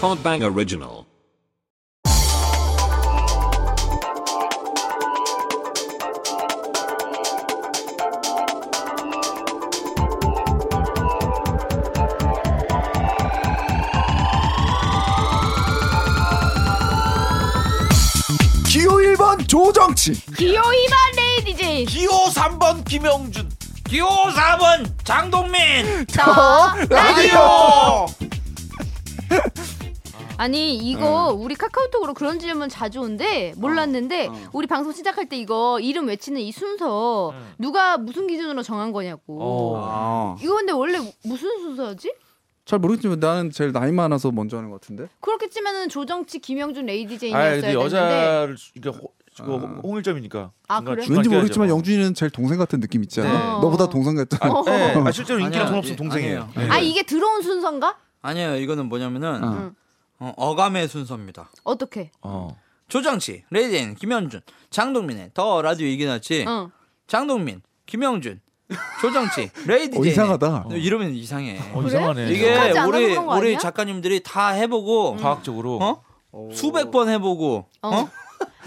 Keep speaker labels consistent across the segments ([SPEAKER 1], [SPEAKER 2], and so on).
[SPEAKER 1] Podbang Original.
[SPEAKER 2] 기호 1번 조정치
[SPEAKER 3] 기호 2번 레이디지
[SPEAKER 4] 기호 3번 김영준
[SPEAKER 5] 기호 4번 장동민
[SPEAKER 6] 어?
[SPEAKER 2] 더 라디오
[SPEAKER 3] 아니 이거 우리 카카오톡으로 그런 질문 자주 온데 몰랐는데 우리 방송 시작할 때 이거 이름 외치는 이 순서 누가 무슨 기준으로 정한
[SPEAKER 4] 어.
[SPEAKER 3] 거냐고
[SPEAKER 2] 아,
[SPEAKER 3] 이거 근데 원래 무슨 순서지?
[SPEAKER 6] 잘 모르겠지만 나는 제일 나이 많아서 먼저 하는 것 같은데.
[SPEAKER 3] 그렇게 치면은 조정치 김영준 레이디제 인이었어야
[SPEAKER 4] 아 근데
[SPEAKER 3] 되는데
[SPEAKER 4] 여자를 이게 호, 이거
[SPEAKER 6] 아.
[SPEAKER 4] 홍일점이니까
[SPEAKER 3] 아,
[SPEAKER 4] 중간-
[SPEAKER 3] 그래?
[SPEAKER 4] 중간
[SPEAKER 6] 왠지
[SPEAKER 4] 껴야죠.
[SPEAKER 6] 모르겠지만 영준이는 제일 동생 같은 느낌 있지 않아?
[SPEAKER 3] 네.
[SPEAKER 6] 너보다 동생 같잖아.
[SPEAKER 3] 어.
[SPEAKER 4] 아, 네. 아,
[SPEAKER 5] 어.
[SPEAKER 4] 실제로
[SPEAKER 5] 아니야,
[SPEAKER 4] 인기랑 돈 없어
[SPEAKER 5] 이-
[SPEAKER 4] 동생이에요 네.
[SPEAKER 5] 아니에요.
[SPEAKER 3] 아 이게 들어온 순서인가?
[SPEAKER 5] 아니에요 이거는 뭐냐면은
[SPEAKER 6] 어.
[SPEAKER 5] 어, 어감의 순서입니다
[SPEAKER 3] 어떻게?
[SPEAKER 4] 어.
[SPEAKER 5] 조정치 레이디엔 김현준 장동민의 더 라디오 이게 낫지
[SPEAKER 3] 어.
[SPEAKER 5] 장동민 김영준 조정치 레이디엔
[SPEAKER 6] 어, 이상하다.
[SPEAKER 5] 이러면 이상해
[SPEAKER 4] 어, 이상하네
[SPEAKER 5] 이게
[SPEAKER 3] 똑같이 안 하고
[SPEAKER 5] 우리
[SPEAKER 3] 그런 거
[SPEAKER 5] 우리
[SPEAKER 3] 아니야? 음.
[SPEAKER 5] 작가님들이 다 해보고
[SPEAKER 4] 과학적으로
[SPEAKER 5] 어? 수백 번 해보고 어?
[SPEAKER 3] 어.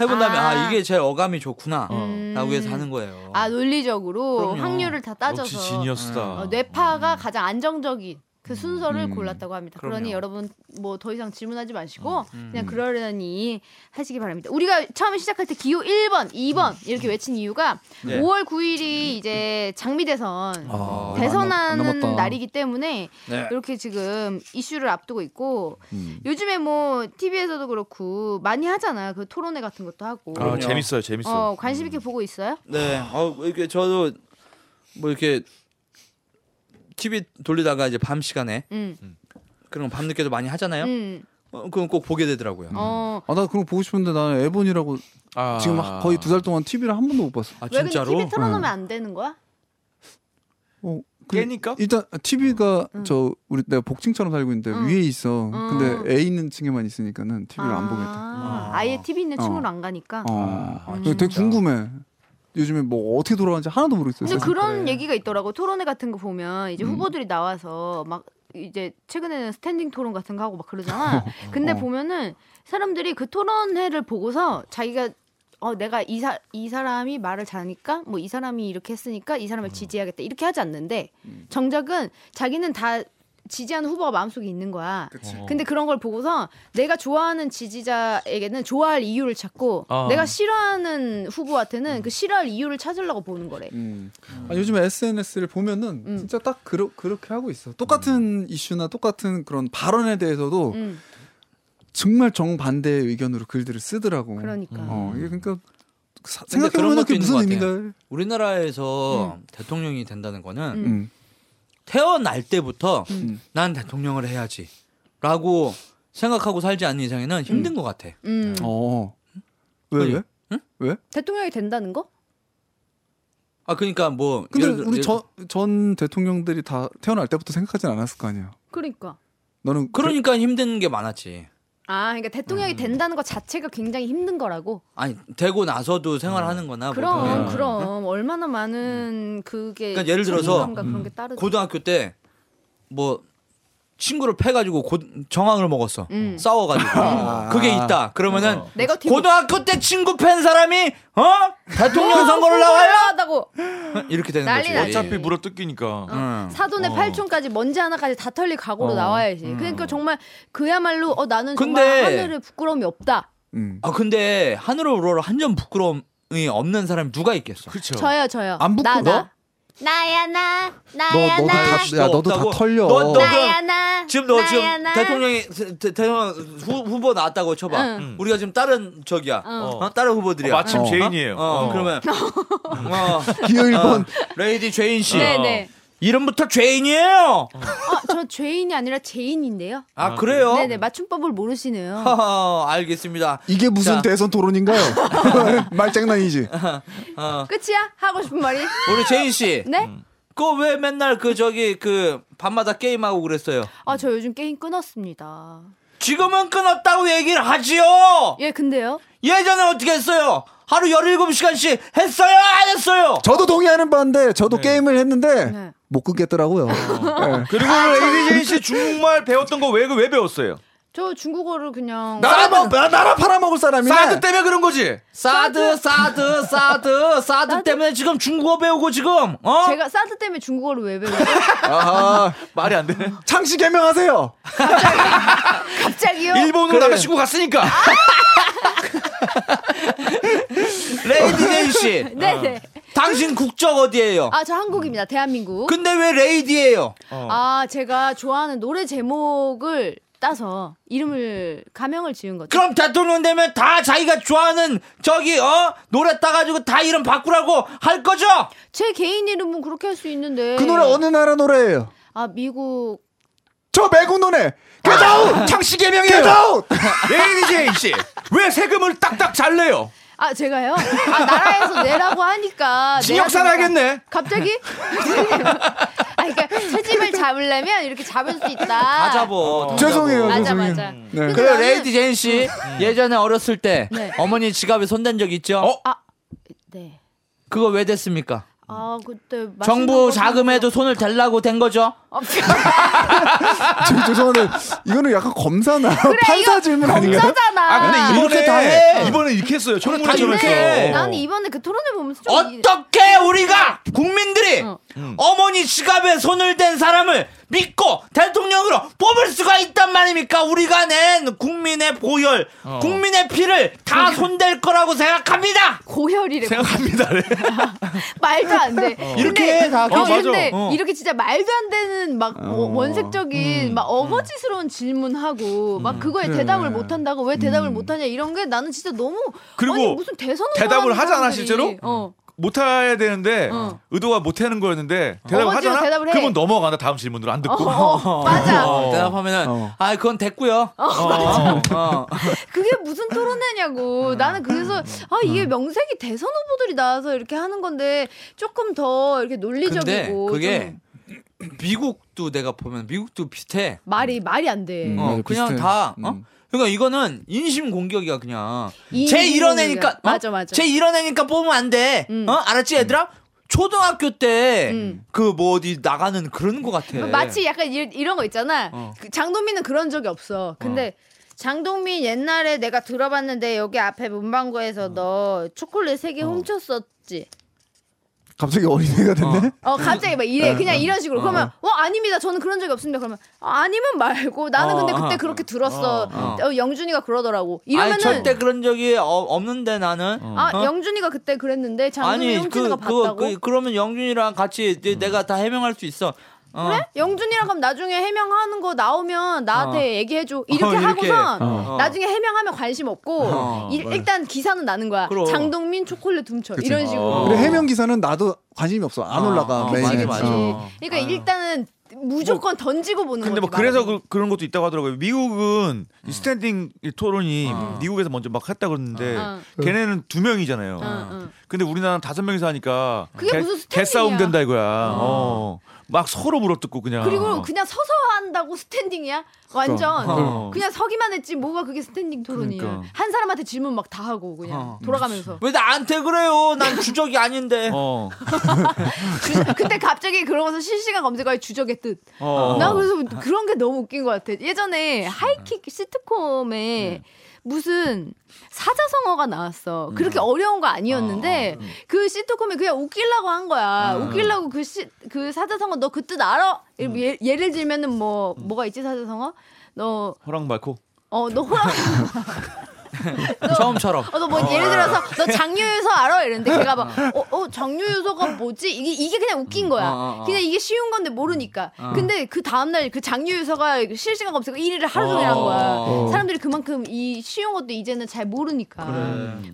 [SPEAKER 5] 해본 다음에 아.
[SPEAKER 3] 아.
[SPEAKER 5] 이게 제 어감이 좋구나
[SPEAKER 3] 음.
[SPEAKER 5] 라고 해서 하는 거예요
[SPEAKER 3] 아 논리적으로
[SPEAKER 5] 그럼요.
[SPEAKER 3] 확률을 다
[SPEAKER 4] 역시
[SPEAKER 3] 따져서
[SPEAKER 4] 지니어스다
[SPEAKER 3] 어, 뇌파가 가장 안정적인 그 순서를
[SPEAKER 6] 음.
[SPEAKER 3] 골랐다고 합니다. 그러니
[SPEAKER 5] 그럼요.
[SPEAKER 3] 여러분 뭐 더 이상 질문하지 마시고 그냥 그러려니 하시기 바랍니다. 우리가 처음에 시작할 때 기호 1번, 2번 이렇게 외친 이유가
[SPEAKER 4] 네.
[SPEAKER 3] 5월 9일이 이제 장미대선
[SPEAKER 4] 아,
[SPEAKER 6] 안 남- 안
[SPEAKER 3] 대선하는
[SPEAKER 6] 남았다.
[SPEAKER 3] 날이기 때문에
[SPEAKER 5] 어, 네.
[SPEAKER 3] 이렇게 지금 이슈를 앞두고 있고
[SPEAKER 6] 음.
[SPEAKER 3] 요즘에 뭐 TV에서도 그렇고 많이 하잖아요. 그 토론회 같은 것도 하고.
[SPEAKER 4] 아, 재밌어요 재밌어
[SPEAKER 3] 어, 관심 있게 보고 있어요?
[SPEAKER 5] 네. 어, 이렇게 저도 뭐 이렇게 TV 돌리다가 이제 밤 시간에
[SPEAKER 3] 음.
[SPEAKER 5] 그런 밤 늦게도 많이 하잖아요.
[SPEAKER 3] 음.
[SPEAKER 5] 어, 그럼 꼭 보게 되더라고요.
[SPEAKER 3] 어.
[SPEAKER 6] 아, 나 그런 거 보고 싶은데 나는 에본이라고
[SPEAKER 4] 아.
[SPEAKER 6] 지금 거의 두 달 동안 TV를 한 번도 못 봤어.
[SPEAKER 5] 아
[SPEAKER 3] 왜 근데
[SPEAKER 5] 진짜로?
[SPEAKER 3] TV 틀어놓으면 안 되는 거야?
[SPEAKER 6] 어, 그-
[SPEAKER 4] 깨니까
[SPEAKER 6] 일단 TV가
[SPEAKER 3] 음.
[SPEAKER 6] 저 우리 내가 복층처럼 살고 있는데
[SPEAKER 3] 응.
[SPEAKER 6] 위에 있어.
[SPEAKER 3] 응.
[SPEAKER 6] 근데 A 있는 층에만 있으니까는 TV를 안 보겠다.
[SPEAKER 3] 음. 아, 아예 TV 있는
[SPEAKER 6] 어.
[SPEAKER 3] 층으로 안 가니까.
[SPEAKER 6] 어.
[SPEAKER 4] 아,
[SPEAKER 6] 근데 되게 궁금해. 요즘에 뭐 어떻게 돌아가는지 하나도 모르겠어요.
[SPEAKER 3] 근데
[SPEAKER 6] 사실.
[SPEAKER 3] 그런 얘기가 있더라고. 토론회 같은 거 보면
[SPEAKER 6] 음.
[SPEAKER 3] 이제 후보들이 나와서 막 이제 최근에는 스탠딩 토론 같은 거 하고 막 그러잖아. 근데
[SPEAKER 6] 어.
[SPEAKER 3] 보면은 사람들이 그 토론회를 보고서 자기가 어 내가 이사 이 사람이 말을 잘하니까 뭐 이 사람이 이렇게 했으니까 이
[SPEAKER 6] 음.
[SPEAKER 3] 사람을 지지해야겠다 이렇게 하지 않는데 정작은 자기는 다 지지하는 후보가 마음속에 있는 거야.
[SPEAKER 5] 어.
[SPEAKER 4] 어.
[SPEAKER 3] 근데 그런 걸 보고서 내가 좋아하는 지지자에게는 좋아할 이유를 찾고
[SPEAKER 4] 아.
[SPEAKER 3] 내가 싫어하는 후보한테는 그 싫어할 이유를 찾으려고 보는 거래.
[SPEAKER 6] 음. 아, 요즘에 SNS를 보면은
[SPEAKER 3] 음.
[SPEAKER 6] 진짜 딱 그러, 그렇게 하고 있어. 똑같은
[SPEAKER 5] 음.
[SPEAKER 6] 이슈나 똑같은 그런 발언에 대해서도
[SPEAKER 3] 음,
[SPEAKER 6] 정말 정반대 의 의견으로 글들을 쓰더라고.
[SPEAKER 3] 그러니까.
[SPEAKER 6] 어, 이게 그러니까 사-
[SPEAKER 5] 근데
[SPEAKER 6] 생각해보면
[SPEAKER 5] 그런 것도
[SPEAKER 6] 그게
[SPEAKER 5] 있는
[SPEAKER 6] 무슨
[SPEAKER 5] 것
[SPEAKER 6] 의미인가?
[SPEAKER 5] 같아요. 우리나라에서 대통령이 된다는 거는
[SPEAKER 3] 음.
[SPEAKER 6] 음.
[SPEAKER 5] 태어날 때부터
[SPEAKER 6] 음.
[SPEAKER 5] 난 대통령을 해야지라고 생각하고 살지 않는 이상에는 힘든 것 같아.
[SPEAKER 3] 음.
[SPEAKER 6] 어. 왜
[SPEAKER 5] 아니,
[SPEAKER 6] 왜?
[SPEAKER 5] 응?
[SPEAKER 6] 왜?
[SPEAKER 3] 대통령이 된다는 거?
[SPEAKER 5] 아 그러니까 뭐
[SPEAKER 6] 근데
[SPEAKER 5] 예를 들어-
[SPEAKER 6] 우리 저, 전 대통령들이 다 태어날 때부터 생각하진 않았을 거 아니야.
[SPEAKER 3] 그러니까.
[SPEAKER 6] 너는 그-
[SPEAKER 5] 그러니까 힘든 게 많았지.
[SPEAKER 3] 아, 그러니까 대통령이
[SPEAKER 5] 음.
[SPEAKER 3] 된다는 것 자체가 굉장히 힘든 거라고.
[SPEAKER 5] 아니 되고 나서도
[SPEAKER 4] 어.
[SPEAKER 5] 생활하는거나
[SPEAKER 3] 그럼,
[SPEAKER 5] 뭐
[SPEAKER 3] 그럼 얼마나 많은 그게
[SPEAKER 5] 그러니까 예를 들어서
[SPEAKER 3] 책임감과 그런 게 따르.
[SPEAKER 5] 네. 고등학교 때 뭐 친구를 패가지고 고, 정황을 먹었어
[SPEAKER 3] 음. 아. 어.
[SPEAKER 5] 싸워가지고 그게 있다 그러면은
[SPEAKER 3] 내가 뒤
[SPEAKER 5] 고등학교 때 친구 팬 사람이 어 대통령 선거를 나와요
[SPEAKER 3] 나와요다고
[SPEAKER 5] 이렇게 되는
[SPEAKER 3] 난리
[SPEAKER 5] 거지
[SPEAKER 3] 나지.
[SPEAKER 4] 어차피 물어 뜯기니까
[SPEAKER 5] 응.
[SPEAKER 3] 사돈의 팔촌까지 먼지 하나까지 다 털릴 각오로 나와야지. 그러니까 정말 그야말로 어 나는 정말
[SPEAKER 5] 어. 음. 근데-
[SPEAKER 3] 하늘에 부끄러움이 없다.
[SPEAKER 6] 음.
[SPEAKER 5] 아 근데 하늘을 우러러 한 점 부끄러움이 없는 사람이 누가 있겠어
[SPEAKER 4] 그렇죠
[SPEAKER 3] 저요, 저요.
[SPEAKER 6] 안 부끄러워?
[SPEAKER 3] 나, 나. 나야 나, 나야
[SPEAKER 6] 너도
[SPEAKER 3] 나,
[SPEAKER 6] 다- 야, 너도 다
[SPEAKER 5] 없다고. 어.
[SPEAKER 6] 털려.
[SPEAKER 5] 너, 너
[SPEAKER 3] 나야
[SPEAKER 5] 그럼
[SPEAKER 3] 나.
[SPEAKER 5] 지금 너 지금
[SPEAKER 3] 나야 나.
[SPEAKER 5] 대통령이 대- 대- 대통령 후, 후보 나왔다고 쳐봐
[SPEAKER 3] 응.
[SPEAKER 4] 음.
[SPEAKER 5] 우리가 지금 다른 저기야
[SPEAKER 3] 어.
[SPEAKER 5] 어, 다른 후보들이야
[SPEAKER 4] 어, 마침
[SPEAKER 6] 어.
[SPEAKER 4] 죄인이에요
[SPEAKER 5] 어, 그러면 어,
[SPEAKER 6] 기호 1번
[SPEAKER 5] 레이디 죄인 씨 어.
[SPEAKER 3] 네, 네.
[SPEAKER 5] 이름부터 죄인이에요.
[SPEAKER 3] 아, 저 죄인이 아니라 죄인인데요.
[SPEAKER 5] 아 그래요?
[SPEAKER 3] 네네 맞춤법을 모르시네요.
[SPEAKER 5] 허허, 알겠습니다.
[SPEAKER 6] 이게 무슨
[SPEAKER 5] 자.
[SPEAKER 6] 대선 토론인가요? 말장난이지.
[SPEAKER 3] 끝이야? 하고 싶은 말이?
[SPEAKER 5] 우리 죄인 씨,
[SPEAKER 3] 네?
[SPEAKER 5] 그거 왜 맨날 그 저기 그 밤마다 게임하고 그랬어요?
[SPEAKER 3] 아 저 요즘 게임 끊었습니다.
[SPEAKER 5] 지금은 끊었다고 얘기를 하지요.
[SPEAKER 3] 예 근데요?
[SPEAKER 5] 예전에 어떻게 했어요? 하루 17시간씩 했어요? 안 했어요?
[SPEAKER 6] 저도 동의하는 바인데 저도 게임을 했는데
[SPEAKER 3] 네.
[SPEAKER 5] 어.
[SPEAKER 6] 못 끊겠더라고요. 네.
[SPEAKER 3] 아,
[SPEAKER 4] 그리고 레이디 제인 씨 중국말 배웠던 거 왜 왜 배웠어요
[SPEAKER 3] 저 중국어를 그냥
[SPEAKER 6] 나라 먹, 나, 나라 팔아먹을 사람이네.
[SPEAKER 5] 뭐, 사드 때문에 그런 거지. 사드 사드 사드 사드 때문에 지금 중국어 배우고 지금 어?
[SPEAKER 3] 제가 사드 때문에 중국어를 왜 배워요?
[SPEAKER 6] 아하,
[SPEAKER 4] 말이 안 되네.
[SPEAKER 6] 창씨 개명하세요.
[SPEAKER 3] 네. 갑자기요?
[SPEAKER 5] 그래.
[SPEAKER 4] 일본으로 나가 친구 갔으니까.
[SPEAKER 5] 레이디 데이 씨,
[SPEAKER 3] 네네.
[SPEAKER 5] 당신 국적 어디예요?
[SPEAKER 3] 아 저 한국입니다. 대한민국.
[SPEAKER 5] 근데 왜 레이디예요?
[SPEAKER 3] 아 제가 좋아하는 노래 제목을 따서 이름을 가명을 지은 거죠.
[SPEAKER 5] 그럼 대통령 되면 다 자기가 좋아하는 저기 어 노래 따가지고 다 이름 바꾸라고 할 거죠?
[SPEAKER 3] 제 개인 이름은 그렇게 할 수 있는데.
[SPEAKER 6] 그 노래 어느 나라 노래예요?
[SPEAKER 3] 아 미국.
[SPEAKER 6] 저 매국 노래. Get
[SPEAKER 5] 아.
[SPEAKER 6] out!
[SPEAKER 4] 창씨 개명이에요.
[SPEAKER 6] Get out!
[SPEAKER 4] 레이디제이 씨. 왜 세금을 딱딱 잘 내요?
[SPEAKER 3] 아 제가요? 아 나라에서 내라고 하니까.
[SPEAKER 4] 징역
[SPEAKER 3] 내야 되니까.
[SPEAKER 4] 살아야겠네.
[SPEAKER 3] 갑자기? 아 그러니까 채집을 잡으려면 이렇게 잡을 수 있다.
[SPEAKER 5] 다
[SPEAKER 3] 뭐.
[SPEAKER 5] 잡어. 다
[SPEAKER 6] 죄송해요,
[SPEAKER 3] 맞아,
[SPEAKER 6] 죄송해요.
[SPEAKER 3] 맞아.
[SPEAKER 6] 네.
[SPEAKER 5] 그래
[SPEAKER 3] 나는-
[SPEAKER 5] 레이디 제인 씨 예전에 어렸을 때
[SPEAKER 3] 네.
[SPEAKER 5] 어머니 지갑에 손댄 적 있죠?
[SPEAKER 4] 음. 어?
[SPEAKER 3] 네.
[SPEAKER 5] 그거 왜 됐습니까?
[SPEAKER 3] 아 그때 맛있는
[SPEAKER 5] 정부
[SPEAKER 3] 거 어,
[SPEAKER 5] 자금에도 손을 대려고 된 거죠?
[SPEAKER 6] 저- 아, 죄송한데 이거는 약간 검사나 판사
[SPEAKER 3] 이거
[SPEAKER 6] 질문 아닌가요? 아,
[SPEAKER 3] 검사잖아.
[SPEAKER 4] 아 근데 이번에
[SPEAKER 5] 이렇게 다 해.
[SPEAKER 4] 이번에 이렇게 했어요.
[SPEAKER 5] 다
[SPEAKER 4] 청문회처럼
[SPEAKER 5] 이렇게
[SPEAKER 4] 해서.
[SPEAKER 5] 해.
[SPEAKER 3] 아, 나는 이번에 그 토론을 보면서 좀 이-
[SPEAKER 5] 어떻게 우리가 국민들이 음.
[SPEAKER 3] 어.
[SPEAKER 5] 어머니 지갑에 손을 댄 사람을 믿고 대통령으로 뽑을 수가 있단 말입니까? 우리가 낸 국민의 보혈, 국민의 피를 다 손댈 거라고 생각합니다.
[SPEAKER 3] 고혈이래.
[SPEAKER 4] 생각합니다. 네.
[SPEAKER 3] 말도 안 돼.
[SPEAKER 5] 이렇게
[SPEAKER 3] 근데-
[SPEAKER 5] 해, 다.
[SPEAKER 3] 어,
[SPEAKER 5] 그거 맞아.
[SPEAKER 3] 근데
[SPEAKER 5] 어.
[SPEAKER 3] 이렇게 진짜 말도 안 되는 막 어,
[SPEAKER 4] 음.
[SPEAKER 3] 원색적인 막
[SPEAKER 5] 음.
[SPEAKER 3] 어거지스러운 질문하고 막 그거에 대답을 못 한다고 왜 대답을 못 하냐 이런 게 나는 진짜 너무
[SPEAKER 4] 음. 그리고
[SPEAKER 3] 아니 무슨 대선 후보
[SPEAKER 4] 대답을
[SPEAKER 3] 하는
[SPEAKER 4] 하잖아,
[SPEAKER 3] 사람들이.
[SPEAKER 4] 실제로?
[SPEAKER 3] 어.
[SPEAKER 4] 못 해야 되는데
[SPEAKER 3] 어.
[SPEAKER 4] 의도가 못 하는 거였는데 대답을
[SPEAKER 3] 어거지로
[SPEAKER 4] 하잖아.
[SPEAKER 3] 대답을 해.
[SPEAKER 4] 그러면 넘어간다 다음 질문으로 안
[SPEAKER 3] 어,
[SPEAKER 4] 듣고.
[SPEAKER 3] 어, 맞아.
[SPEAKER 5] 대답하면은
[SPEAKER 6] 어.
[SPEAKER 5] 아 그건 됐고요. 어.
[SPEAKER 3] 그게 무슨 토론회냐고.
[SPEAKER 4] 음.
[SPEAKER 3] 나는 그래서 아 이게 명색이 대선 후보들이 나와서 이렇게 하는 건데 조금 더 이렇게
[SPEAKER 5] 근데
[SPEAKER 3] 논리적이고
[SPEAKER 5] 그게
[SPEAKER 3] 좀
[SPEAKER 5] 미국도 내가 보면 미국도 비슷해.
[SPEAKER 3] 말이 말이 안 돼.
[SPEAKER 6] 음.
[SPEAKER 5] 어,
[SPEAKER 6] 맞아,
[SPEAKER 5] 그냥
[SPEAKER 6] 비슷해.
[SPEAKER 5] 다. 어?
[SPEAKER 6] 음.
[SPEAKER 5] 그러니까 이거는 인심 공격이야 그냥.
[SPEAKER 3] 인신
[SPEAKER 5] 쟤 이러내니까.
[SPEAKER 3] 공격이야. 맞아, 맞아.
[SPEAKER 5] 쟤 이러내니까 뽑으면 안 돼.
[SPEAKER 3] 음.
[SPEAKER 5] 어? 알았지 얘들아? 초등학교 때
[SPEAKER 3] 음. 뭐
[SPEAKER 5] 그 뭐 어디 나가는 그런 거 같아.
[SPEAKER 3] 마치 약간 이, 이런 거 있잖아.
[SPEAKER 5] 예. 어.
[SPEAKER 3] 그 장동민은 그런 적이 없어. 근데 장동민 옛날에 내가 들어봤는데 여기 앞에
[SPEAKER 5] 어.
[SPEAKER 3] 문방구에서 너 초콜릿 세 개 훔쳤었지.
[SPEAKER 6] 갑자기 어린애가 됐네.
[SPEAKER 3] 어 갑자기 막 이래 그냥 이런 식으로 그러면 어 아닙니다 저는 그런 적이 없습니다 그러면 어, 아니면 말고 나는
[SPEAKER 5] 어,
[SPEAKER 3] 근데
[SPEAKER 5] 어,
[SPEAKER 3] 그때
[SPEAKER 5] 어.
[SPEAKER 3] 그렇게 들었어
[SPEAKER 5] 어,
[SPEAKER 3] 어, 영준이가 그러더라고
[SPEAKER 5] 아니,
[SPEAKER 3] 이러면은
[SPEAKER 5] 절대 그런 적이 어- 없는데 나는.
[SPEAKER 3] 아
[SPEAKER 5] 어?
[SPEAKER 3] 영준이가 그때 그랬는데 장동민
[SPEAKER 5] 아니
[SPEAKER 3] 훔치는 거
[SPEAKER 5] 그, 그,
[SPEAKER 3] 봤다고
[SPEAKER 5] 그 그러면 영준이랑 같이 이제 내가 다 해명할 수 있어. 어.
[SPEAKER 3] 그래? 영준이랑 그럼 나중에 해명하는 거 나오면 나한테
[SPEAKER 5] 어.
[SPEAKER 3] 얘기해줘. 이렇게
[SPEAKER 5] 어, 이렇게.
[SPEAKER 3] 하고선
[SPEAKER 5] 어.
[SPEAKER 3] 나중에 해명하면 관심 없고
[SPEAKER 5] 어,
[SPEAKER 3] 일, 일단 기사는 나는 거야.
[SPEAKER 5] 그럼.
[SPEAKER 3] 장동민 초콜릿 훔쳐 이런 식으로.
[SPEAKER 5] 어.
[SPEAKER 6] 그래 해명 기사는 나도 관심이 없어. 안
[SPEAKER 5] 어,
[SPEAKER 6] 올라가.
[SPEAKER 5] 어,
[SPEAKER 6] 메인에.
[SPEAKER 5] 맞아,
[SPEAKER 3] 그치.
[SPEAKER 5] 맞아.
[SPEAKER 3] 그러니까 일단은 무조건 던지고 보는
[SPEAKER 4] 근데
[SPEAKER 3] 거지.
[SPEAKER 4] 뭐 그래서
[SPEAKER 3] 말은.
[SPEAKER 4] 그, 그런 것도 있다고 하더라고요. 미국은
[SPEAKER 5] 음.
[SPEAKER 4] 이 스탠딩 이 토론이
[SPEAKER 5] 어.
[SPEAKER 4] 미국에서 먼저 막 했다
[SPEAKER 5] 음.
[SPEAKER 4] 그러는데
[SPEAKER 3] 어.
[SPEAKER 4] 걔네는 두 명이잖아요.
[SPEAKER 3] 응, 응.
[SPEAKER 4] 근데 우리나라는 다섯 명이서 하니까
[SPEAKER 3] 음, 그게 무슨 스탠딩이야.
[SPEAKER 4] 개싸움 된다 이거야.
[SPEAKER 5] 아.
[SPEAKER 4] 어. 막 서로 물어뜯고 그냥.
[SPEAKER 3] 그리고 그냥 서서 한다고 스탠딩이야? 완전
[SPEAKER 4] 어.
[SPEAKER 3] 그냥 서기만 했지 뭐가 그게 스탠딩 토론이야.
[SPEAKER 4] 그러니까.
[SPEAKER 3] 한 사람한테 질문 막 다 하고 그냥
[SPEAKER 5] 어.
[SPEAKER 3] 돌아가면서.
[SPEAKER 5] 왜 나한테 그래요? 난 주적이 아닌데.
[SPEAKER 4] 어.
[SPEAKER 3] 그 주- 그때 갑자기 그러고서 실시간 검색어에 주적의 뜻.
[SPEAKER 5] 아.
[SPEAKER 4] 어.
[SPEAKER 3] 나 그래서 그런 게 너무 웃긴 것 같아. 예전에 하이킥 시트콤에 무슨 사자성어가 나왔어. 그렇게 어려운 거 아니었는데 그 시트콤이 그냥 웃기려고 한 거야. 웃기려고 그, 시, 그 사자성어 너 그 뜻 알아? 예, 예를 들면은 뭐 뭐가 있지 사자성어? 너
[SPEAKER 4] 허락 말고.
[SPEAKER 3] 어, 너 호랑
[SPEAKER 5] 처음처럼.
[SPEAKER 3] 어, 너뭐 예를 들어서 너 장유유서 알아? 이랬는데 걔가 막 어, 어 장유유서가 뭐지? 이게 이게 그냥 웃긴 거야.
[SPEAKER 5] 어, 어, 어.
[SPEAKER 3] 그냥 이게 쉬운 건데 모르니까. 근데 그 다음 날 그 장유유서가 실시간 검색어 1위를 하루 종일 한
[SPEAKER 5] 어.
[SPEAKER 3] 거야. 사람들이 그만큼 이 쉬운 것도 이제는 잘 모르니까.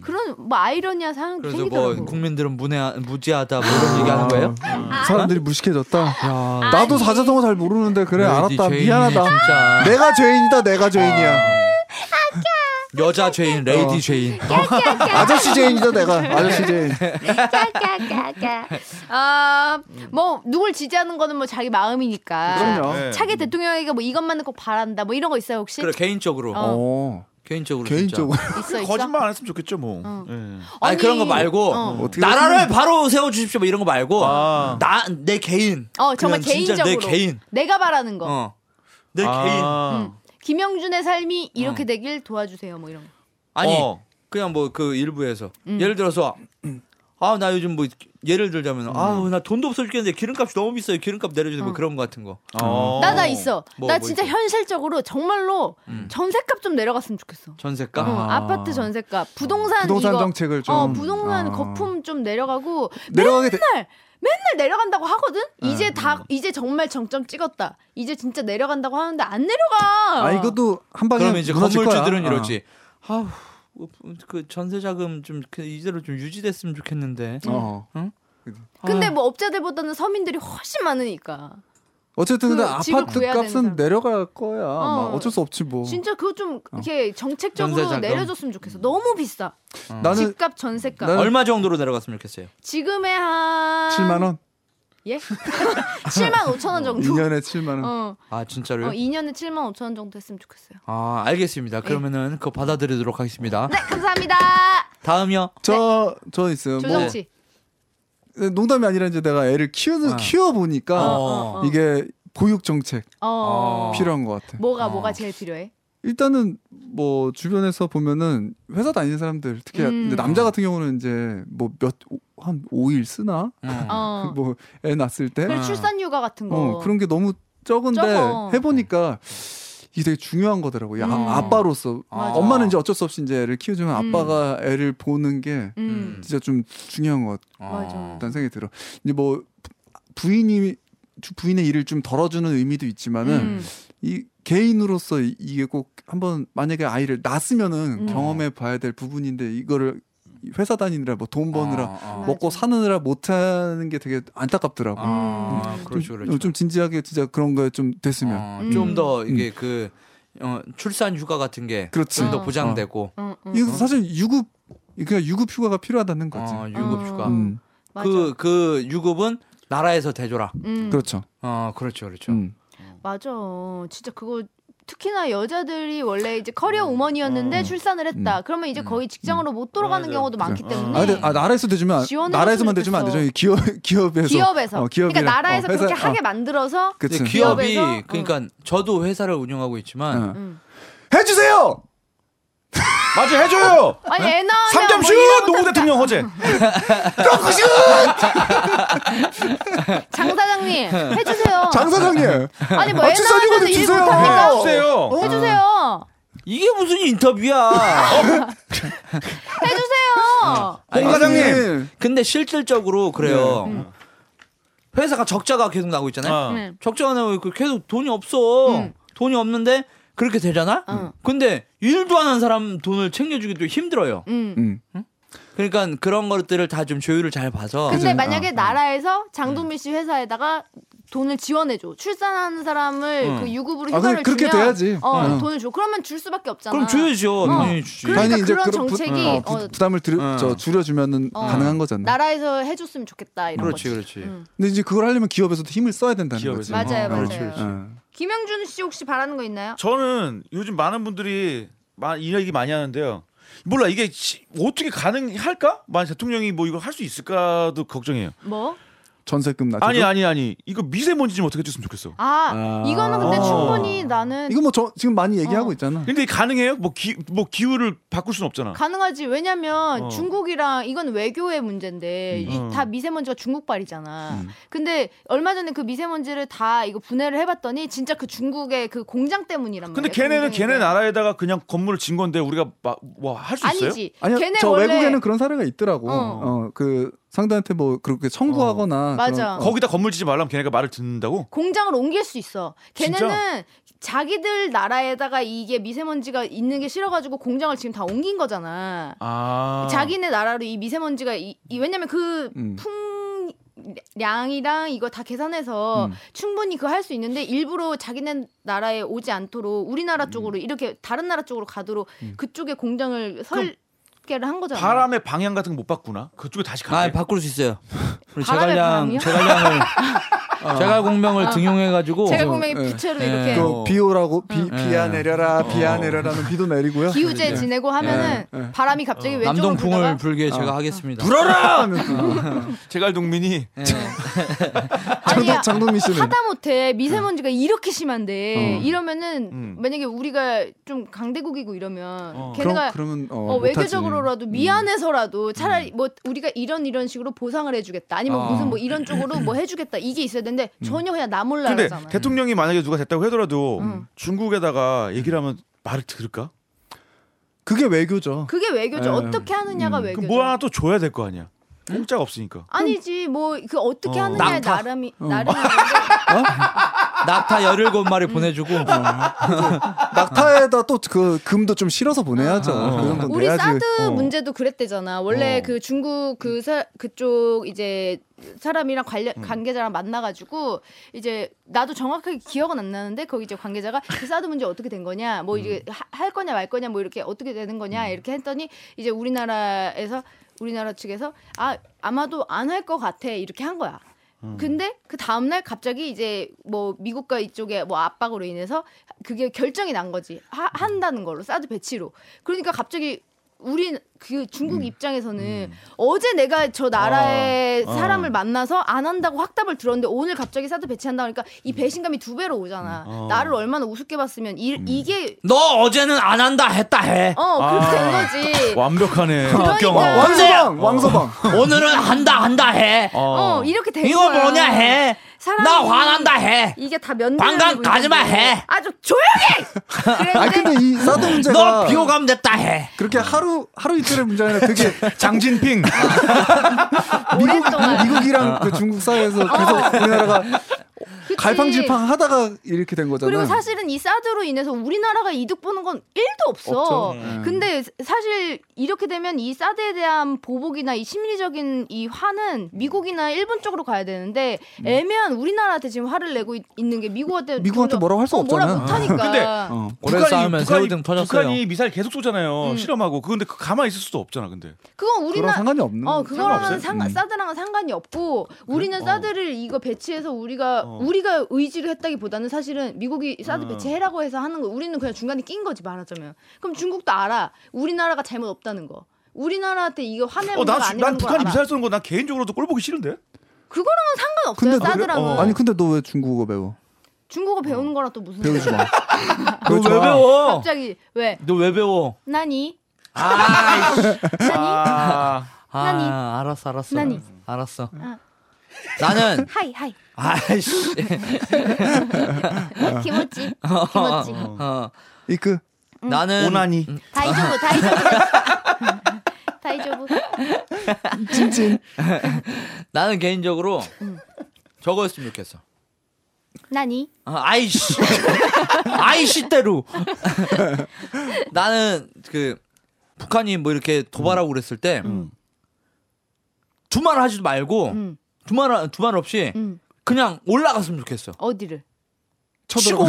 [SPEAKER 3] 그런뭐 아이러니한 상황도
[SPEAKER 5] 그래서 뭐
[SPEAKER 3] 생기더라고.
[SPEAKER 5] 국민들은 무례 무지하다 뭐 이런 얘기하는 거예요?
[SPEAKER 3] 아.
[SPEAKER 6] 사람들이 무식해졌다. 나도 사자성어 잘 모르는데 그래
[SPEAKER 5] 레이디
[SPEAKER 6] 알았다.
[SPEAKER 5] 죄인이네,
[SPEAKER 6] 미안하다.
[SPEAKER 5] 진짜.
[SPEAKER 6] 내가 죄인이다. 내가 죄인이야.
[SPEAKER 5] 여자 죄인, 레이디
[SPEAKER 6] 어.
[SPEAKER 5] 죄인.
[SPEAKER 6] 아저씨 죄인이다. 내가
[SPEAKER 5] 네.
[SPEAKER 6] 아저씨 죄인.
[SPEAKER 3] 아, 아뭐 누굴 지지하는 거는 뭐 자기 마음이니까.
[SPEAKER 6] 그럼요.
[SPEAKER 4] 네.
[SPEAKER 3] 차기 대통령에게 뭐 이것만은 꼭 바란다. 뭐 이런 거 있어요 혹시?
[SPEAKER 5] 그래 그 개인적으로,
[SPEAKER 3] 어.
[SPEAKER 6] 어.
[SPEAKER 5] 개인적으로,
[SPEAKER 6] 개인적으로
[SPEAKER 5] 진짜.
[SPEAKER 3] 있어 있어.
[SPEAKER 4] 거짓말 안 했으면 좋겠죠 뭐. 예.
[SPEAKER 5] 아니, 그런 거 말고
[SPEAKER 3] 어.
[SPEAKER 6] 뭐 어떻게
[SPEAKER 5] 나라를 바로 세워주십시오 뭐 이런 거 말고
[SPEAKER 4] 아.
[SPEAKER 5] 나 내 개인.
[SPEAKER 3] 어 정말
[SPEAKER 5] 그냥
[SPEAKER 3] 개인적으로 어.
[SPEAKER 5] 진짜 내 개인.
[SPEAKER 3] 내가 바라는 거
[SPEAKER 5] 어. 내 개인.
[SPEAKER 4] 아.
[SPEAKER 3] 음. 김영준의 삶이
[SPEAKER 6] 어.
[SPEAKER 3] 이렇게 되길 도와주세요. 뭐 이런 거.
[SPEAKER 5] 아니
[SPEAKER 4] 어.
[SPEAKER 5] 그냥 뭐 그 일부에서 예를 들어서 아 나 요즘 뭐 예를 들자면 아우 나 돈도 없어 죽겠는데 기름값이 너무 비싸요 기름값 내려주세요 뭐 그런 거 같은 거
[SPEAKER 4] 어.
[SPEAKER 3] 나 나 있어.
[SPEAKER 5] 뭐,
[SPEAKER 3] 나
[SPEAKER 5] 뭐
[SPEAKER 3] 진짜
[SPEAKER 5] 있어?
[SPEAKER 3] 현실적으로 정말로
[SPEAKER 6] 음.
[SPEAKER 3] 전세값 좀 내려갔으면 좋겠어.
[SPEAKER 5] 전세값
[SPEAKER 3] 어, 아파트 전세값, 부동산
[SPEAKER 6] 부동산
[SPEAKER 3] 이거,
[SPEAKER 6] 정책을 좀.
[SPEAKER 3] 어, 부동산
[SPEAKER 6] 아.
[SPEAKER 3] 거품 좀 내려가고
[SPEAKER 6] 내려가게 돼. 음,
[SPEAKER 3] 맨날 맨날 내려간다고 하거든. 이제 다 이제 정말 정점 찍었다. 이제 진짜 내려간다고 하는데 안 내려가.
[SPEAKER 6] 아 이것도 한 방에
[SPEAKER 5] 그러면 이제
[SPEAKER 6] 무너질
[SPEAKER 5] 건물주들은
[SPEAKER 6] 거야. 어.
[SPEAKER 5] 이러지 아우 뭐, 그 전세 자금 좀그 이대로 좀 유지됐으면 좋겠는데
[SPEAKER 6] 어. 어.
[SPEAKER 3] 근데
[SPEAKER 6] 아.
[SPEAKER 3] 뭐 업자들보다는 서민들이 훨씬 많으니까.
[SPEAKER 6] 어쨌든 근데
[SPEAKER 3] 그 집을
[SPEAKER 6] 아파트
[SPEAKER 3] 구해야 되는
[SPEAKER 6] 값은
[SPEAKER 3] 사람.
[SPEAKER 6] 내려갈 거야. 어.
[SPEAKER 3] 어.
[SPEAKER 6] 어쩔 수 없지 뭐.
[SPEAKER 3] 진짜 그거 좀 이렇게 정책적으로
[SPEAKER 5] 전세자금.
[SPEAKER 3] 내려줬으면 좋겠어. 너무 비싸.
[SPEAKER 6] 나는
[SPEAKER 3] 집값 전세값.
[SPEAKER 6] 나는-
[SPEAKER 5] 얼마 정도로 내려갔으면 좋겠어요
[SPEAKER 3] 지금의 한
[SPEAKER 6] 7만 원.
[SPEAKER 3] 예? 7만 5천 원 정도.
[SPEAKER 6] 2년에 7만 원.
[SPEAKER 3] 어.
[SPEAKER 5] 아 진짜로요
[SPEAKER 3] 어, 2년에 7만 5천 원 정도 했으면 좋겠어요.
[SPEAKER 5] 아 알겠습니다 그러면은 그거 받아들이도록 하겠습니다
[SPEAKER 3] 네, 감사합니다.
[SPEAKER 5] 다음이요
[SPEAKER 6] 저저 있어요. 뭐
[SPEAKER 3] 네.
[SPEAKER 6] 네,
[SPEAKER 3] 조정 씨.
[SPEAKER 6] 농담이 아니라 이제 내가 애를 키우는
[SPEAKER 5] 어.
[SPEAKER 6] 키워 보니까
[SPEAKER 5] 어.
[SPEAKER 6] 이게 보육 정책
[SPEAKER 3] 어. 어.
[SPEAKER 6] 필요한 것 같아. 음.
[SPEAKER 3] 뭐가
[SPEAKER 5] 어.
[SPEAKER 3] 뭐가 제일 필요해?
[SPEAKER 6] 일단은 뭐 주변에서 보면은 회사 다니는 사람들 특히
[SPEAKER 3] 음.
[SPEAKER 6] 근데 남자 같은 경우는 이제 뭐 몇 한 5일 쓰나
[SPEAKER 5] 음.
[SPEAKER 3] 어.
[SPEAKER 6] 뭐 애 낳았을 때
[SPEAKER 3] 그리고 출산 휴가 같은 거.
[SPEAKER 6] 어, 그런 게 너무 적은데
[SPEAKER 3] 적어.
[SPEAKER 6] 해보니까 이게 되게 중요한 거더라고. 요
[SPEAKER 3] 음.
[SPEAKER 6] 아빠로서
[SPEAKER 5] 맞아.
[SPEAKER 6] 엄마는 이제 어쩔 수 없이 이제 애를 키워주면
[SPEAKER 3] 음.
[SPEAKER 6] 아빠가 애를 보는 게
[SPEAKER 3] 음.
[SPEAKER 6] 진짜 좀 중요한 것
[SPEAKER 3] 맞아.
[SPEAKER 5] 어.
[SPEAKER 6] 같다는 생각이 들어. 이제 뭐 부- 부인이 주- 부인의 일을 좀 덜어주는 의미도 있지만은
[SPEAKER 3] 음.
[SPEAKER 6] 이 개인으로서 이- 이게 꼭 한번 만약에 아이를 낳았으면은
[SPEAKER 3] 음.
[SPEAKER 6] 경험해 봐야 될 부분인데 이거를 회사 다니느라 뭐 돈 버느라
[SPEAKER 5] 아,
[SPEAKER 6] 먹고
[SPEAKER 3] 맞아.
[SPEAKER 6] 사느라 못하는 게 되게 안타깝더라고.
[SPEAKER 5] 아, 아,
[SPEAKER 3] 음.
[SPEAKER 5] 그렇죠,
[SPEAKER 6] 좀,
[SPEAKER 5] 그렇죠. 아. 어,
[SPEAKER 6] 좀 진지하게 진짜 그런 거에 좀 됐으면.
[SPEAKER 3] 음.
[SPEAKER 5] 좀 더 이게 그 어, 출산 휴가 같은 게 좀
[SPEAKER 6] 그렇지.
[SPEAKER 5] 더
[SPEAKER 3] 어.
[SPEAKER 5] 보장되고
[SPEAKER 3] 음, 음.
[SPEAKER 6] 이거 사실 유급 그러니까 유급 휴가가 필요하다는
[SPEAKER 5] 어,
[SPEAKER 6] 거지.
[SPEAKER 5] 유급 휴가.
[SPEAKER 3] 어.
[SPEAKER 6] 음,
[SPEAKER 3] 맞아.
[SPEAKER 5] 그, 그 유급은 나라에서 대줘라.
[SPEAKER 3] 음.
[SPEAKER 6] 그렇죠.
[SPEAKER 5] 어, 그렇죠, 그렇죠.
[SPEAKER 6] 음.
[SPEAKER 3] 맞아. 진짜 그거 특히나 여자들이 원래 이제 커리어
[SPEAKER 6] 음.
[SPEAKER 3] 우먼이었는데 출산을 했다. 그러면 이제 거의 직장으로 못 돌아가는
[SPEAKER 5] 음. 맞아.
[SPEAKER 3] 경우도 많기
[SPEAKER 4] 그래.
[SPEAKER 3] 때문에
[SPEAKER 6] 아, 근데, 아 나라에서 대주면 안-
[SPEAKER 3] 지원을
[SPEAKER 6] 나라에서만
[SPEAKER 3] 했으면
[SPEAKER 6] 대주면 안
[SPEAKER 3] 좋겠어.
[SPEAKER 6] 되죠. 이 기업 기업에서
[SPEAKER 3] 기업에서.
[SPEAKER 6] 어,
[SPEAKER 3] 그러니까
[SPEAKER 6] 기업이랑-
[SPEAKER 3] 나라에서
[SPEAKER 6] 어, 회사-
[SPEAKER 3] 그렇게 하게
[SPEAKER 6] 어,
[SPEAKER 3] 만들어서
[SPEAKER 6] 그치.
[SPEAKER 5] 근데 기업이
[SPEAKER 3] 기업에서?
[SPEAKER 5] 그러니까 저도 회사를 운영하고 있지만
[SPEAKER 6] 어.
[SPEAKER 3] 음. 어.
[SPEAKER 2] 해주세요.
[SPEAKER 4] 맞아 해줘요.
[SPEAKER 3] 아니 애 낳으면
[SPEAKER 4] 삼점슛
[SPEAKER 3] 뭐
[SPEAKER 4] 노 대통령 허재.
[SPEAKER 3] 장 사장님 해주세요.
[SPEAKER 6] 네. 장 사장님.
[SPEAKER 3] 아니 뭐
[SPEAKER 2] 아,
[SPEAKER 3] 애
[SPEAKER 2] 주사 주고
[SPEAKER 3] 낳으면
[SPEAKER 2] 좀
[SPEAKER 3] 일
[SPEAKER 2] 주세요.
[SPEAKER 6] 네.
[SPEAKER 3] 못합니까? 뭐
[SPEAKER 4] 해주세요.
[SPEAKER 5] 네.
[SPEAKER 3] 해주세요.
[SPEAKER 5] 이게 무슨 인터뷰야?
[SPEAKER 6] 어,
[SPEAKER 3] 해주세요.
[SPEAKER 5] 아니,
[SPEAKER 4] 홍 사장님.
[SPEAKER 6] 아니,
[SPEAKER 5] 근데 실질적으로 그래요.
[SPEAKER 3] 음.
[SPEAKER 5] 회사가 적자가 계속 나고 있잖아요.
[SPEAKER 4] 어.
[SPEAKER 3] 네.
[SPEAKER 5] 적자가 나고 있고 계속 돈이 없어.
[SPEAKER 3] 음.
[SPEAKER 5] 돈이 없는데 그렇게 되잖아.
[SPEAKER 3] 음.
[SPEAKER 5] 근데 일도 안 한 사람 돈을 챙겨주기도 힘들어요.
[SPEAKER 3] 음.
[SPEAKER 6] 음.
[SPEAKER 5] 그러니까 그런 것들을 다 좀 조율을 잘 봐서
[SPEAKER 3] 근데
[SPEAKER 6] 그죠?
[SPEAKER 3] 만약에 나라에서 장동민
[SPEAKER 6] 네.
[SPEAKER 3] 씨 회사에다가 돈을 지원해줘. 출산하는 사람을
[SPEAKER 5] 음.
[SPEAKER 3] 그 유급으로
[SPEAKER 6] 아, 근데
[SPEAKER 3] 휴가를
[SPEAKER 6] 그렇게
[SPEAKER 3] 주면
[SPEAKER 6] 돼야지.
[SPEAKER 3] 어,
[SPEAKER 6] 음.
[SPEAKER 3] 돈을 줘. 그러면 줄 수밖에 없잖아.
[SPEAKER 5] 그럼 줘야죠. 당연히 주지.
[SPEAKER 3] 그러니까
[SPEAKER 6] 아니,
[SPEAKER 3] 그런
[SPEAKER 6] 그런 부-
[SPEAKER 3] 정책이
[SPEAKER 6] 어, 부,
[SPEAKER 3] 어,
[SPEAKER 6] 담을 들,
[SPEAKER 5] 어.
[SPEAKER 6] 저 줄여주면은
[SPEAKER 3] 어.
[SPEAKER 6] 가능한 거잖아.
[SPEAKER 3] 나라에서 해줬으면 좋겠다 이런
[SPEAKER 5] 그렇지,
[SPEAKER 3] 거지.
[SPEAKER 5] 그렇지.
[SPEAKER 3] 음.
[SPEAKER 6] 근데 이제 그걸 하려면 기업에서도 힘을 써야 된다는 거지.
[SPEAKER 4] 기업에서.
[SPEAKER 3] 맞아요,
[SPEAKER 6] 어,
[SPEAKER 3] 맞아요.
[SPEAKER 5] 그렇지, 그렇지.
[SPEAKER 6] 어.
[SPEAKER 3] 김영준 씨 혹시 바라는 거 있나요?
[SPEAKER 4] 저는 요즘 많은 분들이 마- 이 얘기 많이 하는데요. 몰라 이게 시- 어떻게 가능할까? 만 대통령이 뭐 이거 할 수 있을까도 걱정해요.
[SPEAKER 3] 뭐?
[SPEAKER 6] 전세금 낮춰.
[SPEAKER 4] 아니 아니 아니 이거 미세먼지 좀 어떻게 해줬으면 좋겠어.
[SPEAKER 3] 아, 이거는 근데
[SPEAKER 4] 어.
[SPEAKER 3] 충분히 나는
[SPEAKER 6] 이거 뭐 저 지금 많이 얘기하고
[SPEAKER 3] 어.
[SPEAKER 6] 있잖아.
[SPEAKER 4] 근데 가능해요? 뭐 기 뭐 기후를 바꿀 수는 없잖아.
[SPEAKER 3] 가능하지. 왜냐면
[SPEAKER 4] 어.
[SPEAKER 3] 중국이랑 이건 외교의 문제인데
[SPEAKER 4] 음.
[SPEAKER 3] 이 다 미세먼지가 중국발이잖아. 근데 얼마 전에 그 미세먼지를 다 이거 분해를 해봤더니 진짜 그 중국의 그 공장 때문이란 말이야.
[SPEAKER 4] 근데 걔네는
[SPEAKER 3] 공장인데.
[SPEAKER 4] 걔네 나라에다가 그냥 건물을 진 건데 우리가 뭐 막와할수 있어요?
[SPEAKER 3] 아니지.
[SPEAKER 6] 아니요,
[SPEAKER 3] 걔네
[SPEAKER 6] 저
[SPEAKER 3] 원래
[SPEAKER 6] 외국에는 그런 사례가 있더라고.
[SPEAKER 3] 어.
[SPEAKER 6] 어, 그 상대한테 뭐 그렇게 청구하거나.
[SPEAKER 3] 어. 맞아.
[SPEAKER 6] 그런- 어.
[SPEAKER 4] 거기다 건물 지지 말라면 걔네가 말을 듣는다고?
[SPEAKER 3] 공장을 옮길 수 있어. 걔네는
[SPEAKER 4] 진짜?
[SPEAKER 3] 자기들 나라에다가 이게 미세먼지가 있는 게 싫어가지고 공장을 지금 다 옮긴 거잖아.
[SPEAKER 4] 아
[SPEAKER 3] 자기네 나라로 이 미세먼지가 이, 이- 왜냐면 그
[SPEAKER 6] 음.
[SPEAKER 3] 풍량이랑 이거 다 계산해서 충분히 그거 할 수 있는데 일부러 자기네 나라에 오지 않도록 우리나라 쪽으로 이렇게 다른 나라 쪽으로 가도록 그쪽에 공장을 설계를 한 거잖아.
[SPEAKER 4] 바람의 방향 같은 거 못 바꾸나? 그쪽에 다시
[SPEAKER 5] 아,
[SPEAKER 4] 가게.
[SPEAKER 5] 바꿀 수 있어요. 우리
[SPEAKER 3] 바람의 바람이요? 어.
[SPEAKER 5] 제갈량, 제갈량을, 제갈공명을 등용해가지고.
[SPEAKER 3] 제가 공명이
[SPEAKER 6] 예.
[SPEAKER 3] 부채로
[SPEAKER 5] 예.
[SPEAKER 3] 이렇게
[SPEAKER 5] 그-
[SPEAKER 4] 어.
[SPEAKER 6] 비 오라고 비
[SPEAKER 5] 예.
[SPEAKER 6] 비야
[SPEAKER 4] 네.
[SPEAKER 6] 내려라 비야 내려라는 비도 내리고요.
[SPEAKER 3] 기우제
[SPEAKER 6] 예.
[SPEAKER 3] 지내고 하면은
[SPEAKER 6] 예. 예.
[SPEAKER 3] 바람이 갑자기 왼쪽으로
[SPEAKER 5] 어. 남동풍을
[SPEAKER 3] 불다가
[SPEAKER 6] 아.
[SPEAKER 3] 아.
[SPEAKER 5] 불게 제가 하겠습니다.
[SPEAKER 6] 어. 불어라 하면서.
[SPEAKER 4] 제갈 동민이
[SPEAKER 5] 예.
[SPEAKER 3] 아니야.
[SPEAKER 6] 장동, 장동민 씨는
[SPEAKER 3] 하다못해 미세먼지가 이렇게 심한데
[SPEAKER 6] 어.
[SPEAKER 3] 이러면은
[SPEAKER 4] 음.
[SPEAKER 3] 만약에 우리가 좀 강대국이고 이러면
[SPEAKER 4] 어.
[SPEAKER 3] 걔네가
[SPEAKER 6] 그럼 그러면 어,
[SPEAKER 3] 어,
[SPEAKER 6] 못하지.
[SPEAKER 3] 외교적으로라도 미안해서라도 차라리 뭐 우리가 이런 이런 식으로 보상을 해주겠다 아니면
[SPEAKER 6] 아.
[SPEAKER 3] 무슨 뭐 이런 쪽으로 뭐 해주겠다 이게 있어야 되는데 전혀 그냥 나 몰라
[SPEAKER 4] 근데
[SPEAKER 3] 그러잖아.
[SPEAKER 4] 대통령이 만약에 누가 됐다고 하더라도
[SPEAKER 3] 음.
[SPEAKER 4] 중국에다가 얘기를 하면 말을 들을까?
[SPEAKER 6] 그게 외교죠.
[SPEAKER 3] 그게 외교죠.
[SPEAKER 6] 에,
[SPEAKER 3] 어떻게 하느냐가
[SPEAKER 6] 음.
[SPEAKER 3] 외교죠.
[SPEAKER 4] 그럼 뭐 하나 또 줘야 될 거 아니야. 공짜가 없으니까.
[SPEAKER 3] 아니지 뭐 그 어떻게
[SPEAKER 4] 어.
[SPEAKER 3] 하느냐에
[SPEAKER 5] 낙타.
[SPEAKER 3] 나름이
[SPEAKER 6] 어.
[SPEAKER 3] 나름인데
[SPEAKER 5] 낙타 17마리 보내주고
[SPEAKER 3] 음.
[SPEAKER 6] 낙타에다 또 그 금도 좀 실어서 보내야죠. 그 정도
[SPEAKER 3] 우리
[SPEAKER 6] 내야지.
[SPEAKER 3] 사드
[SPEAKER 6] 어.
[SPEAKER 3] 문제도 그랬대잖아. 원래
[SPEAKER 4] 어.
[SPEAKER 3] 그 중국 그 사, 그쪽 이제 사람이랑 관련 관계자랑 만나가지고 이제 나도 정확하게 기억은 안 나는데 거기 이제 관계자가 그 사드 문제 어떻게 된 거냐, 뭐 이게 하- 할 거냐 말 거냐, 뭐 이렇게 어떻게 되는 거냐 이렇게 했더니 이제 우리나라에서 우리나라 측에서 아 아마도 안 할 것 같아 이렇게 한 거야. 근데 그 다음날 갑자기 이제 뭐 미국과 이쪽에 뭐 압박으로 인해서 그게 결정이 난 거지 하- 한다는 걸로 사드 배치로 그러니까 갑자기 우리 그 중국
[SPEAKER 5] 음.
[SPEAKER 3] 입장에서는 어제 내가 저
[SPEAKER 5] 아,
[SPEAKER 3] 나라의
[SPEAKER 4] 어.
[SPEAKER 3] 사람을 만나서 안 한다고 확답을 들었는데 오늘 갑자기 사드 배치한다 그러니까
[SPEAKER 5] 음.
[SPEAKER 3] 이 배신감이 두 배로 오잖아
[SPEAKER 4] 어.
[SPEAKER 3] 나를 얼마나 우습게 봤으면 이,
[SPEAKER 5] 음.
[SPEAKER 3] 이게
[SPEAKER 5] 너 어제는 안 한다 했다 해
[SPEAKER 3] 어 그렇게
[SPEAKER 4] 아.
[SPEAKER 3] 된 거지
[SPEAKER 4] 완벽하네.
[SPEAKER 3] 그러니까.
[SPEAKER 4] 박경아.
[SPEAKER 6] 왕서방, 왕서방.
[SPEAKER 5] 오늘은 한다 한다 해
[SPEAKER 3] 어, 이렇게 된
[SPEAKER 5] 이거
[SPEAKER 3] 거야.
[SPEAKER 5] 뭐냐 해
[SPEAKER 3] 사람이-
[SPEAKER 5] 나 화난다 해
[SPEAKER 3] 이게 다 면제
[SPEAKER 5] 관광 가지 마 해.
[SPEAKER 3] 아주 조용히 그랬는데
[SPEAKER 6] 아 근데 이 사드 문제가
[SPEAKER 5] 너 비호감 됐다 해
[SPEAKER 6] 그렇게 하루 하루 이틀의 문제 아니라 되게
[SPEAKER 4] 장진핑.
[SPEAKER 6] 미국
[SPEAKER 3] 오랫동안. 어.
[SPEAKER 6] 미국이랑 그 중국 사이에서 계속 우리나라가
[SPEAKER 3] 그치.
[SPEAKER 6] 갈팡질팡 하다가 이렇게 된 거잖아요.
[SPEAKER 3] 그리고 사실은 이 사드로 인해서 우리나라가 이득 보는 건 1도 없어.
[SPEAKER 6] 없죠. 음.
[SPEAKER 3] 근데 사실 이렇게 되면 이 사드에 대한 보복이나 이 심리적인 이 화는 미국이나 일본 쪽으로 가야 되는데 애매한 우리나라한테 지금 화를 내고 있, 는게 미국한테
[SPEAKER 6] 음. 미국한테 뭐라고 할수
[SPEAKER 3] 어, 뭐라
[SPEAKER 6] 없잖아.
[SPEAKER 3] 못하니까.
[SPEAKER 4] 근데
[SPEAKER 6] 어.
[SPEAKER 5] 오랜 싸움에 새우 등 터졌어요
[SPEAKER 4] 북한이 미사일 계속 쏘잖아요.
[SPEAKER 3] 음.
[SPEAKER 4] 실험하고. 그런데 그 가만히 있을 수도 없잖아. 근데.
[SPEAKER 3] 그건
[SPEAKER 6] 그런
[SPEAKER 3] 우리나
[SPEAKER 6] 음, 상관이 없는
[SPEAKER 3] 어
[SPEAKER 6] 거
[SPEAKER 3] 그거랑은
[SPEAKER 4] 상관없어요?
[SPEAKER 6] 음.
[SPEAKER 3] 상관 사드랑은 상관이 없고 우리는 사드를 이거 배치해서 우리가
[SPEAKER 4] 어.
[SPEAKER 3] 우리가 의지를 했다기보다는 사실은 미국이 사드
[SPEAKER 4] 음.
[SPEAKER 3] 배치해라고 해서 하는 거 우리는 그냥 중간에 낀 거지 말하자면 그럼 중국도 알아 우리나라가 잘못 없다는 거 우리나라한테 이거 화내는
[SPEAKER 4] 어, 나,
[SPEAKER 3] 거
[SPEAKER 4] 지-
[SPEAKER 3] 아니라는
[SPEAKER 4] 난
[SPEAKER 3] 걸
[SPEAKER 4] 북한이
[SPEAKER 3] 알아.
[SPEAKER 4] 미사일 쏘는 거 난 개인적으로도 꼴 보기 싫은데.
[SPEAKER 3] 그거랑은 상관없어요
[SPEAKER 6] 근데
[SPEAKER 3] 사드랑은 뭐-
[SPEAKER 6] 너, 아니 근데 너 왜 중국어 배워?
[SPEAKER 3] 중국어 배우는 거랑 또 무슨
[SPEAKER 6] 배우지 마.
[SPEAKER 5] 너
[SPEAKER 6] 배우지
[SPEAKER 5] 왜
[SPEAKER 6] 마.
[SPEAKER 5] 배워
[SPEAKER 3] 갑자기 왜
[SPEAKER 5] 어. 너 왜 배워
[SPEAKER 3] 나니
[SPEAKER 5] 아,
[SPEAKER 3] 나니
[SPEAKER 4] 아.
[SPEAKER 3] 나니.
[SPEAKER 5] 아 알았어 알았어
[SPEAKER 3] 나니.
[SPEAKER 5] 알았어
[SPEAKER 3] 아.
[SPEAKER 5] 나는
[SPEAKER 3] 하이 하이
[SPEAKER 5] 아이씨
[SPEAKER 3] 김어찌 김어찌
[SPEAKER 5] 어,
[SPEAKER 6] 이그
[SPEAKER 5] 나는
[SPEAKER 4] 오나니.
[SPEAKER 3] 다이조부 다이조부 다이조부
[SPEAKER 6] 찐찐.
[SPEAKER 5] 나는 개인적으로 저거였으면 좋겠어
[SPEAKER 3] 나니
[SPEAKER 5] 아, 아이씨 아이씨 때로 나는 그 북한이 뭐 이렇게 도발하고 그랬을 때
[SPEAKER 4] 음.
[SPEAKER 5] 두말 하지 도 말고
[SPEAKER 3] 음.
[SPEAKER 5] 두말 두말 없이
[SPEAKER 3] 음.
[SPEAKER 5] 그냥 올라갔으면 좋겠어
[SPEAKER 3] 어디를
[SPEAKER 5] 치고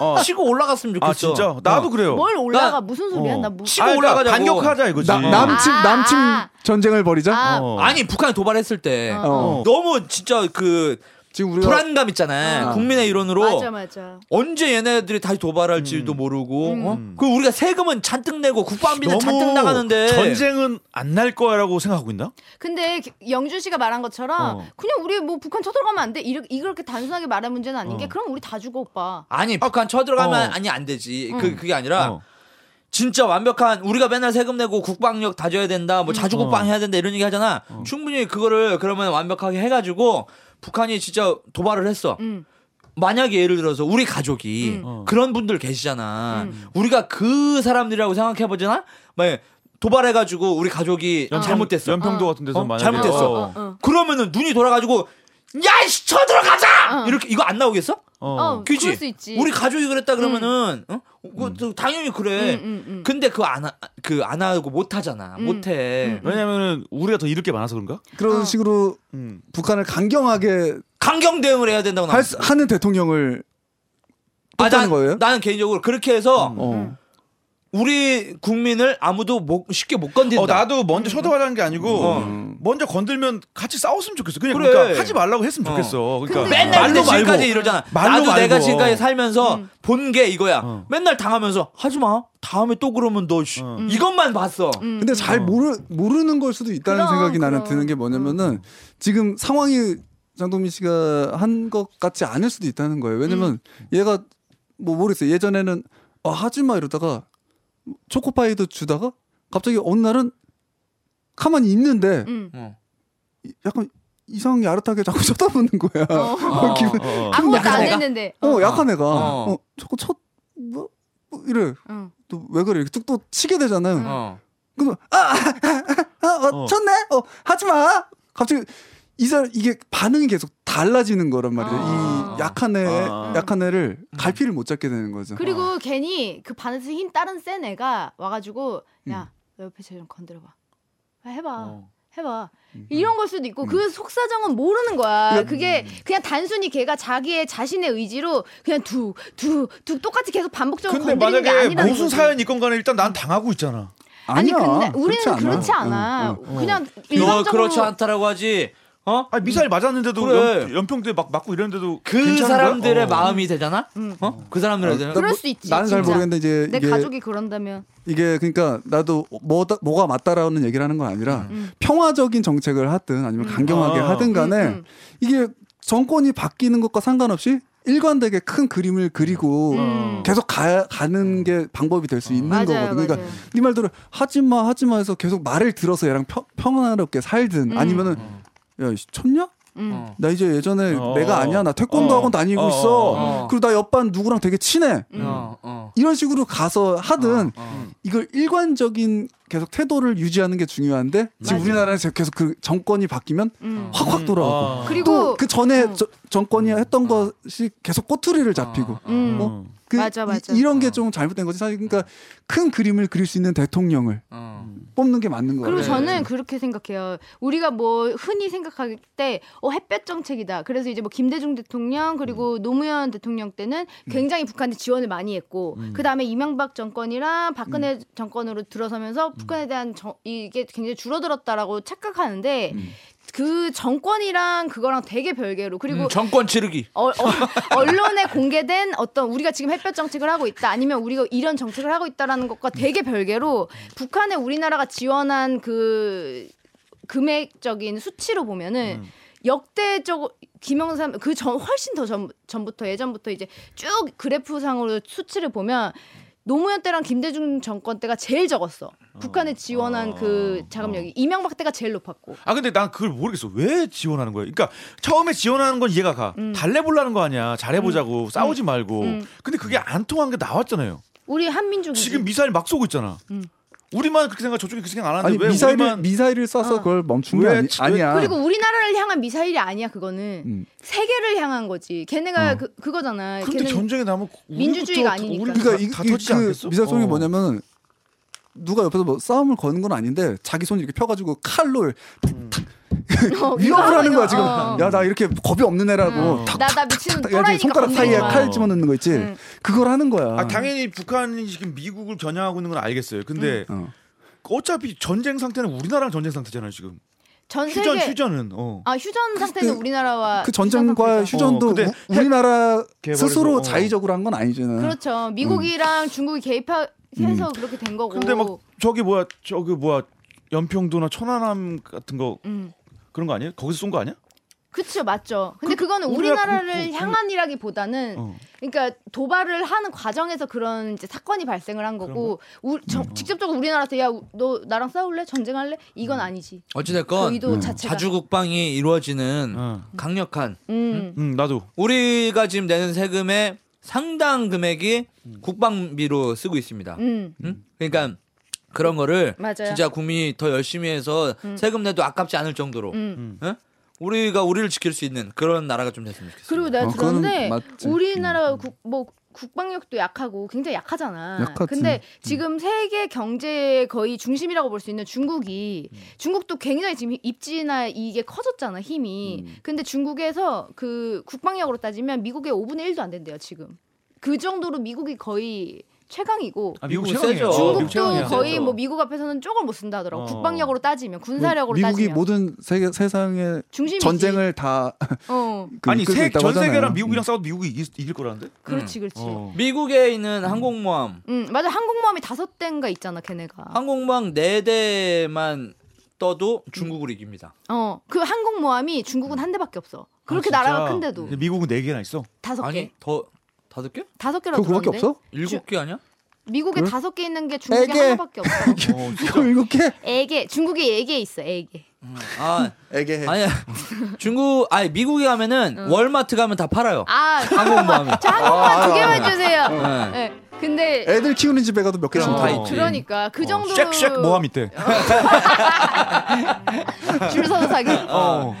[SPEAKER 4] 어.
[SPEAKER 5] 치고 올라갔으면 좋겠어
[SPEAKER 4] 아, 진짜? 나도
[SPEAKER 5] 어.
[SPEAKER 4] 그래요.
[SPEAKER 3] 뭘 올라가
[SPEAKER 5] 나-
[SPEAKER 3] 무슨 소리야
[SPEAKER 4] 어.
[SPEAKER 3] 나 무...
[SPEAKER 5] 치고
[SPEAKER 4] 아, 그러니까
[SPEAKER 5] 올라가자고.
[SPEAKER 4] 반격하자 이거지.
[SPEAKER 6] 나, 남침
[SPEAKER 3] 아,
[SPEAKER 6] 남침
[SPEAKER 3] 아.
[SPEAKER 6] 전쟁을 벌이자.
[SPEAKER 3] 아,
[SPEAKER 4] 어.
[SPEAKER 5] 아니 북한이 도발했을 때
[SPEAKER 3] 어.
[SPEAKER 6] 어.
[SPEAKER 5] 너무 진짜 그
[SPEAKER 6] 지금 우리가
[SPEAKER 5] 불안감 있잖아
[SPEAKER 6] 어.
[SPEAKER 5] 국민의 일원으로
[SPEAKER 3] 맞아 맞아
[SPEAKER 5] 언제 얘네들이 다시 도발할지도
[SPEAKER 4] 음.
[SPEAKER 5] 모르고
[SPEAKER 3] 음.
[SPEAKER 5] 어? 그 우리가 세금은 잔뜩 내고 국방비는
[SPEAKER 4] 너무
[SPEAKER 5] 잔뜩 나가는데
[SPEAKER 4] 전쟁은 안 날 거야라고 생각하고 있나?
[SPEAKER 3] 근데 기- 영준 씨가 말한 것처럼
[SPEAKER 4] 어.
[SPEAKER 3] 그냥 우리 뭐 북한 쳐들어가면 안돼 이렇게 이렇게 단순하게 말할 문제는 아닌 게
[SPEAKER 4] 어.
[SPEAKER 3] 그럼 우리 다 죽어 오빠
[SPEAKER 5] 아니 북한 쳐들어가면
[SPEAKER 4] 어.
[SPEAKER 5] 아니 안 되지 그 그게 아니라
[SPEAKER 4] 어.
[SPEAKER 5] 진짜 완벽한 우리가 맨날 세금 내고 국방력 다져야 된다
[SPEAKER 4] 음.
[SPEAKER 5] 뭐 자주국방
[SPEAKER 4] 어.
[SPEAKER 5] 해야 된다 이런 얘기 하잖아 충분히 그거를 그러면 완벽하게 해가지고 북한이 진짜 도발을 했어
[SPEAKER 3] 음.
[SPEAKER 5] 만약에 예를 들어서 우리 가족이
[SPEAKER 4] 음.
[SPEAKER 5] 그런 분들 계시잖아 우리가 그 사람들이라고 생각해보잖아 막 도발해가지고 우리 가족이
[SPEAKER 4] 연평-
[SPEAKER 5] 아. 잘못됐어
[SPEAKER 4] 연평도 같은 데서
[SPEAKER 5] 어?
[SPEAKER 4] 만약에
[SPEAKER 5] 잘못됐어.
[SPEAKER 4] 어.
[SPEAKER 5] 그러면은 눈이 돌아가지고 야이씨 쳐들어가자
[SPEAKER 3] 어.
[SPEAKER 5] 이렇게 이거 안 나오겠어?
[SPEAKER 4] 어.
[SPEAKER 3] 어,
[SPEAKER 5] 그지?
[SPEAKER 3] 그럴 수 있지
[SPEAKER 5] 우리 가족이 그랬다 그러면은 어? 그거 또 당연히 그래.
[SPEAKER 3] 음, 음, 음.
[SPEAKER 5] 근데 그거 안그안 하고 못 하잖아. 못
[SPEAKER 3] 음,
[SPEAKER 5] 해.
[SPEAKER 4] 왜냐면은 우리가 더 잃을 게 많아서 그런가?
[SPEAKER 6] 그런
[SPEAKER 3] 어.
[SPEAKER 6] 식으로
[SPEAKER 4] 음.
[SPEAKER 6] 북한을 강경하게
[SPEAKER 5] 강경 대응을 해야 된다고 아,
[SPEAKER 6] 할 수- 하는 대통령을 뽑자는
[SPEAKER 5] 난,
[SPEAKER 6] 거예요?
[SPEAKER 5] 나는 개인적으로 그렇게 해서
[SPEAKER 4] 음.
[SPEAKER 3] 음.
[SPEAKER 6] 어.
[SPEAKER 5] 우리 국민을 아무도 못- 쉽게 못 건든다.
[SPEAKER 4] 어, 나도 먼저 쳐다봐라는 게 아니고
[SPEAKER 6] 음.
[SPEAKER 4] 먼저 건들면 같이 싸웠으면 좋겠어. 그냥
[SPEAKER 5] 그래.
[SPEAKER 4] 그러니까 하지 말라고 했으면
[SPEAKER 5] 어.
[SPEAKER 4] 좋겠어. 그러니까
[SPEAKER 3] 근데-
[SPEAKER 5] 맨날 근데
[SPEAKER 4] 말로 말고.
[SPEAKER 5] 지금까지 이러잖아.
[SPEAKER 4] 말로
[SPEAKER 5] 나도
[SPEAKER 4] 말고.
[SPEAKER 5] 내가 지금까지 살면서
[SPEAKER 3] 음.
[SPEAKER 5] 본 게 이거야.
[SPEAKER 4] 어.
[SPEAKER 5] 맨날 당하면서 하지 마. 다음에 또 그러면 너 씨.
[SPEAKER 4] 어.
[SPEAKER 5] 이것만 봤어.
[SPEAKER 3] 음.
[SPEAKER 6] 근데 잘 모르 모르는 걸 수도 있다는
[SPEAKER 3] 그럼, 음.
[SPEAKER 6] 생각이 나는
[SPEAKER 3] 그럼.
[SPEAKER 6] 드는 게 뭐냐면은 지금 상황이 장동민 씨가 한 것 같지 않을 수도 있다는 거예요. 왜냐면
[SPEAKER 3] 음.
[SPEAKER 6] 얘가 뭐 모르겠어요. 예전에는 아, 하지 마 이러다가 초코파이도 주다가 갑자기 어느 날은 가만히 있는데
[SPEAKER 5] 그
[SPEAKER 3] 음.
[SPEAKER 5] 어.
[SPEAKER 6] 약간 이상하게 아릇하게 자꾸 쳐다보는 거야.
[SPEAKER 5] 어,
[SPEAKER 3] 음.
[SPEAKER 6] 기분-
[SPEAKER 4] 어, 어.
[SPEAKER 3] 아무것도 안
[SPEAKER 5] 약간 애가?
[SPEAKER 3] 했는데.
[SPEAKER 6] 어, 약한 애가
[SPEAKER 5] 어.
[SPEAKER 6] 어, 자꾸 쳐 뭐, 뭐 이래
[SPEAKER 3] 응.
[SPEAKER 6] 또 왜 그래 이렇게 뚝또 치게 되잖아요.
[SPEAKER 5] 어.
[SPEAKER 6] 그럼 아, 아, 아, 아, 어,
[SPEAKER 4] 어.
[SPEAKER 6] 쳤네. 어, 하지 마. 갑자기 이 사람 이게 반응이 계속 달라지는 거란 말이죠.
[SPEAKER 3] 아.
[SPEAKER 6] 이 약한 애,
[SPEAKER 4] 아.
[SPEAKER 6] 약한 애를 갈피를 못 잡게 되는 거죠. 어.
[SPEAKER 3] 그리고 괜히 그 반에서 힘 다른 센 애가 와가지고 야너 옆에 쟤 좀 건드려봐. 아, 해봐.
[SPEAKER 4] 어.
[SPEAKER 3] 해봐. 이런 걸 수도 있고 그 속사정은 모르는 거야. 그게 그냥 단순히 걔가 자기의 자신의 의지로 그냥 두두두 똑같이 계속 반복적으로
[SPEAKER 4] 근데
[SPEAKER 3] 건드리는 게
[SPEAKER 4] 만약에
[SPEAKER 3] 아니라는
[SPEAKER 4] 무슨
[SPEAKER 3] 거지.
[SPEAKER 4] 사연이 있건 간에 일단 난 당하고 있잖아.
[SPEAKER 3] 아니
[SPEAKER 6] 아니야.
[SPEAKER 3] 근데 우리는 그렇지 않아. 그냥
[SPEAKER 5] 너
[SPEAKER 3] 일방적으로
[SPEAKER 5] 그렇지 않다라고 하지. 어?
[SPEAKER 4] 아 미사일 맞았는데도
[SPEAKER 5] 그래.
[SPEAKER 4] 연, 연평도에 막 맞고 이러는데도
[SPEAKER 5] 그
[SPEAKER 4] 괜찮은 거야?
[SPEAKER 5] 사람들의
[SPEAKER 4] 어.
[SPEAKER 5] 마음이 되잖아. 어? 그 사람들의
[SPEAKER 6] 나
[SPEAKER 5] 되잖아.
[SPEAKER 6] 뭐-
[SPEAKER 3] 그럴 수 있지,
[SPEAKER 6] 나는 잘
[SPEAKER 3] 진짜.
[SPEAKER 6] 모르겠는데 이제
[SPEAKER 3] 내
[SPEAKER 6] 이게
[SPEAKER 3] 가족이 그런다면
[SPEAKER 6] 이게 그러니까 나도 뭐다, 뭐가 맞다라는 얘기를 하는 건
[SPEAKER 3] 음.
[SPEAKER 6] 아니라 평화적인 정책을 하든 아니면 강경하게
[SPEAKER 4] 아.
[SPEAKER 6] 하든 간에
[SPEAKER 3] 음, 음.
[SPEAKER 6] 이게 정권이 바뀌는 것과 상관없이 일관되게 큰 그림을 그리고
[SPEAKER 3] 음.
[SPEAKER 6] 계속 가, 가는 게 방법이 될 수 있는
[SPEAKER 3] 맞아요,
[SPEAKER 6] 거거든. 그러니까
[SPEAKER 3] 맞아요.
[SPEAKER 6] 네 말대로 하지마 하지마 해서 계속 말을 들어서 얘랑 평, 평화롭게 살든
[SPEAKER 3] 음.
[SPEAKER 6] 아니면은 야 이씨, 쳤냐?
[SPEAKER 3] 음.
[SPEAKER 6] 나 이제 예전에
[SPEAKER 4] 어.
[SPEAKER 6] 내가 아니야 나 태권도
[SPEAKER 4] 어.
[SPEAKER 6] 학원 다니고
[SPEAKER 4] 어.
[SPEAKER 6] 있어.
[SPEAKER 5] 어.
[SPEAKER 6] 그리고 나 옆반 누구랑 되게 친해.
[SPEAKER 3] 음.
[SPEAKER 5] 어, 어.
[SPEAKER 6] 이런 식으로 가서 하든
[SPEAKER 5] 어.
[SPEAKER 6] 이걸 일관적인 계속 태도를 유지하는 게 중요한데 지금
[SPEAKER 3] 맞아.
[SPEAKER 6] 우리나라에서 계속 그 정권이 바뀌면
[SPEAKER 3] 음.
[SPEAKER 6] 확확 돌아오고
[SPEAKER 4] 아.
[SPEAKER 3] 그리고
[SPEAKER 6] 또 그 전에
[SPEAKER 3] 음.
[SPEAKER 6] 저- 정권이 했던 것이 계속 꼬투리를 잡히고
[SPEAKER 3] 음.
[SPEAKER 6] 뭐 그
[SPEAKER 3] 맞아, 맞아.
[SPEAKER 6] 이, 런
[SPEAKER 5] 어.
[SPEAKER 6] 게 좀 잘못된 거지 사실 그러니까 큰 그림을 그릴 수 있는 대통령을
[SPEAKER 5] 어.
[SPEAKER 6] 뽑는 게 맞는 거예요. 네.
[SPEAKER 3] 그리고 저는 그렇게 생각해요. 우리가 뭐 흔히 생각할 때, 어, 햇볕 정책이다. 그래서 이제 뭐 김대중 대통령,
[SPEAKER 6] 음.
[SPEAKER 3] 그리고 노무현 대통령 때는 굉장히 북한에 지원을 많이 했고, 그 다음에 이명박 정권이랑 박근혜
[SPEAKER 6] 음.
[SPEAKER 3] 정권으로 들어서면서 북한에 대한 정- 이게 굉장히 줄어들었다라고 착각하는데,
[SPEAKER 6] 음.
[SPEAKER 3] 그 정권이랑 그거랑 되게 별개로, 그리고
[SPEAKER 5] 음, 정권 치르기.
[SPEAKER 3] 어, 어, 언론에 공개된 어떤 우리가 지금 햇볕 정책을 하고 있다 아니면 우리가 이런 정책을 하고 있다라는 것과 되게 별개로 북한에 우리나라가 지원한 그 금액적인 수치로 보면은
[SPEAKER 4] 음.
[SPEAKER 3] 역대적 김영삼 그 전 훨씬 더 전, 전부터 예전부터 이제 쭉 그래프상으로 수치를 보면 노무현 때랑 김대중 정권 때가 제일 적었어. 북한에 지원한 그
[SPEAKER 4] 어.
[SPEAKER 3] 자금력이 이명박 때가 제일 높았고.
[SPEAKER 4] 아 근데 난 그걸 모르겠어 왜 지원하는 거야 그러니까 처음에 지원하는 건 이해가 가 달래보려는 거 아니야 잘해보자고 싸우지 말고
[SPEAKER 3] 음.
[SPEAKER 4] 근데 그게 안 통한 게 나왔잖아요
[SPEAKER 3] 우리 한민족이 음.
[SPEAKER 4] 지금 미사일 막 쏘고 있잖아 우리만 그렇게 생각 저쪽이 그렇게 생각 안 하는데
[SPEAKER 6] 아니
[SPEAKER 4] 왜
[SPEAKER 6] 미사일을
[SPEAKER 4] 우리만
[SPEAKER 6] 미사일을 쏴서
[SPEAKER 3] 어.
[SPEAKER 6] 그걸 멈춘 게
[SPEAKER 4] 왜
[SPEAKER 6] 아니,
[SPEAKER 4] 지-
[SPEAKER 6] 아니야.
[SPEAKER 3] 그리고 우리나라를 향한 미사일이 아니야 그거는
[SPEAKER 6] 음. 어.
[SPEAKER 3] 세계를 향한 거지 걔네가 그, 그거잖아
[SPEAKER 4] 근데
[SPEAKER 3] 걔는
[SPEAKER 4] 전쟁에 나면 우리부터
[SPEAKER 3] 민주주의가
[SPEAKER 4] 다-
[SPEAKER 3] 아니니까.
[SPEAKER 4] 우리부터
[SPEAKER 6] 그러니까
[SPEAKER 4] 다,
[SPEAKER 6] 이, 이,
[SPEAKER 4] 터지지
[SPEAKER 6] 그
[SPEAKER 4] 않겠어?
[SPEAKER 6] 미사일이
[SPEAKER 4] 어.
[SPEAKER 6] 뭐냐면 누가 옆에서 뭐 싸움을 거는 건 아닌데 자기 손 이렇게 펴가지고 칼로
[SPEAKER 4] 음.
[SPEAKER 3] 어,
[SPEAKER 6] 위협을
[SPEAKER 3] 이거
[SPEAKER 6] 하는 거야
[SPEAKER 3] 이거,
[SPEAKER 6] 지금.
[SPEAKER 3] 어.
[SPEAKER 6] 야 나 이렇게 겁이 없는 애라고.
[SPEAKER 3] 음.
[SPEAKER 6] 탁,
[SPEAKER 3] 나-
[SPEAKER 6] 어, 탁,
[SPEAKER 3] 나
[SPEAKER 6] 탁,
[SPEAKER 3] 미치는
[SPEAKER 6] 탁, 탁. 야, 지금
[SPEAKER 3] 또라이니까
[SPEAKER 6] 손가락 사이에
[SPEAKER 4] 겁내지 마.
[SPEAKER 6] 칼 집어넣는 거 있지.
[SPEAKER 3] 음.
[SPEAKER 6] 그걸 하는 거야.
[SPEAKER 4] 아 당연히 북한이 지금 미국을 겨냥하고 있는 건 알겠어요 근데
[SPEAKER 6] 어.
[SPEAKER 4] 어차피 전쟁 상태는 우리나라랑 전쟁 상태잖아요 지금
[SPEAKER 3] 전그 세계
[SPEAKER 4] 휴전 휴전은 어.
[SPEAKER 3] 아 휴전 상태는
[SPEAKER 6] 그-
[SPEAKER 3] 우리나라와
[SPEAKER 6] 그 전쟁과
[SPEAKER 3] 휴전 상태죠.
[SPEAKER 6] 휴전도
[SPEAKER 4] 어, 근데
[SPEAKER 6] 우- 우리나라
[SPEAKER 4] 개발에서,
[SPEAKER 6] 스스로
[SPEAKER 4] 어.
[SPEAKER 6] 자의적으로 한 건 아니잖아.
[SPEAKER 3] 그렇죠 미국이랑 중국이 개입해서
[SPEAKER 6] 음.
[SPEAKER 3] 그렇게 된 거고
[SPEAKER 4] 근데 막 저기 뭐야 저기 뭐야 연평도나 천안함 같은 거
[SPEAKER 3] 음.
[SPEAKER 4] 그런 거 아니에요? 거기서 쏜 거 아니야?
[SPEAKER 3] 그쵸 맞죠 근데 그, 거는
[SPEAKER 4] 우리나라
[SPEAKER 3] 우리나라를
[SPEAKER 4] 그- 그-
[SPEAKER 3] 향한이라기보다는
[SPEAKER 4] 어.
[SPEAKER 3] 그러니까 도발을 하는 과정에서 그런 이제 사건이 발생을 한 거고 우, 저,
[SPEAKER 6] 음.
[SPEAKER 3] 직접적으로 우리나라한테 야 너 나랑 싸울래 전쟁할래
[SPEAKER 6] 음.
[SPEAKER 3] 이건 아니지 그
[SPEAKER 5] 어찌됐건
[SPEAKER 3] 의도 자체가
[SPEAKER 5] 자주국방이 이루어지는
[SPEAKER 4] 어.
[SPEAKER 5] 강력한
[SPEAKER 3] 음.
[SPEAKER 4] 음 나도
[SPEAKER 5] 우리가 지금 내는 세금의 상당 금액이 국방비로 쓰고 있습니다.
[SPEAKER 3] 음.
[SPEAKER 5] 음? 그러니까 그런 거를
[SPEAKER 3] 맞아요.
[SPEAKER 5] 진짜 국민이 더 열심히 해서 세금 내도 아깝지 않을 정도로
[SPEAKER 3] 음.
[SPEAKER 5] 예? 우리가 우리를 지킬 수 있는 그런 나라가 좀 됐으면 좋겠어요.
[SPEAKER 3] 그리고 내가
[SPEAKER 6] 어, 그거는
[SPEAKER 3] 들었는데
[SPEAKER 6] 맞지. 음.
[SPEAKER 3] 우리나라 국, 뭐 국방력도 약하고 굉장히 약하잖아.
[SPEAKER 6] 약하지. 음.
[SPEAKER 3] 근데 지금 세계 경제의 거의 중심이라고 볼 수 있는 중국이
[SPEAKER 6] 음.
[SPEAKER 3] 중국도 굉장히 지금 입지나 이게 커졌잖아 힘이.
[SPEAKER 6] 음.
[SPEAKER 3] 근데 중국에서 그 국방력으로 따지면 미국의 5분의 1도 안 된대요 지금. 그 정도로 미국이 거의 최강이고
[SPEAKER 4] 아,
[SPEAKER 5] 미국은
[SPEAKER 4] 최강이야.
[SPEAKER 5] 세죠.
[SPEAKER 4] 중국도
[SPEAKER 5] 미국
[SPEAKER 3] 중국도
[SPEAKER 5] 최강이야. 네,
[SPEAKER 3] 거의
[SPEAKER 5] 세죠.
[SPEAKER 3] 뭐 미국 앞에서는 쪽을 못 쓴다 하더라고.
[SPEAKER 4] 어.
[SPEAKER 3] 국방력으로 따지면
[SPEAKER 6] 뭐
[SPEAKER 3] 군사력으로
[SPEAKER 6] 미국이
[SPEAKER 3] 따지면
[SPEAKER 6] 모든 세계 세상의
[SPEAKER 3] 중심이지.
[SPEAKER 6] 전쟁을 다
[SPEAKER 3] 어.
[SPEAKER 6] 그
[SPEAKER 4] 아니
[SPEAKER 6] 이끌고
[SPEAKER 4] 세,
[SPEAKER 6] 있다고
[SPEAKER 4] 전
[SPEAKER 6] 하잖아요.
[SPEAKER 4] 세계랑 미국이랑 싸워도 미국이 이길, 이길 거라는데?
[SPEAKER 5] 음.
[SPEAKER 3] 그렇지 그렇지.
[SPEAKER 4] 어.
[SPEAKER 5] 미국에 있는 항공모함,
[SPEAKER 3] 아.
[SPEAKER 5] 아.
[SPEAKER 3] 음 맞아 항공모함이 다섯 대인가 있잖아 걔네가.
[SPEAKER 5] 항공모함 네 대만 떠도 중국을 이깁니다.
[SPEAKER 3] 어, 그 한국 모함이 중국은 한 대밖에 없어. 그렇게
[SPEAKER 4] 아, 진짜?
[SPEAKER 3] 나라가 큰데도 음.
[SPEAKER 4] 근데 미국은 네 개나 있어.
[SPEAKER 3] 다섯
[SPEAKER 5] 아니
[SPEAKER 3] 개,
[SPEAKER 5] 더 다섯 개?
[SPEAKER 3] 다섯 개라고
[SPEAKER 6] 그거 그거밖에
[SPEAKER 3] 들었는데.
[SPEAKER 6] 없어?
[SPEAKER 5] 일곱 개 아니야?
[SPEAKER 3] 미국에
[SPEAKER 6] 응?
[SPEAKER 3] 다섯 개 있는 게 중국에
[SPEAKER 6] 애게.
[SPEAKER 3] 하나밖에 없어.
[SPEAKER 6] 그거 일곱 개?
[SPEAKER 3] 애게 중국에 애게 있어. 애게.
[SPEAKER 5] 아
[SPEAKER 6] 애게 해.
[SPEAKER 5] 아니 중국 아니 미국에 가면은 월마트 가면 다 팔아요.
[SPEAKER 3] 아,
[SPEAKER 5] 항공모함이.
[SPEAKER 3] 저 한국만 두 개만 주세요.
[SPEAKER 5] 네.
[SPEAKER 3] 네. 근데
[SPEAKER 6] 애들 키우는 집에 가도 몇 개씩
[SPEAKER 3] 어,
[SPEAKER 6] 다
[SPEAKER 5] 있- 있지.
[SPEAKER 3] 그러니까 그 정도
[SPEAKER 4] 쉑쉑 모함 있대.
[SPEAKER 3] 어. 줄 서서 사기.
[SPEAKER 4] 어.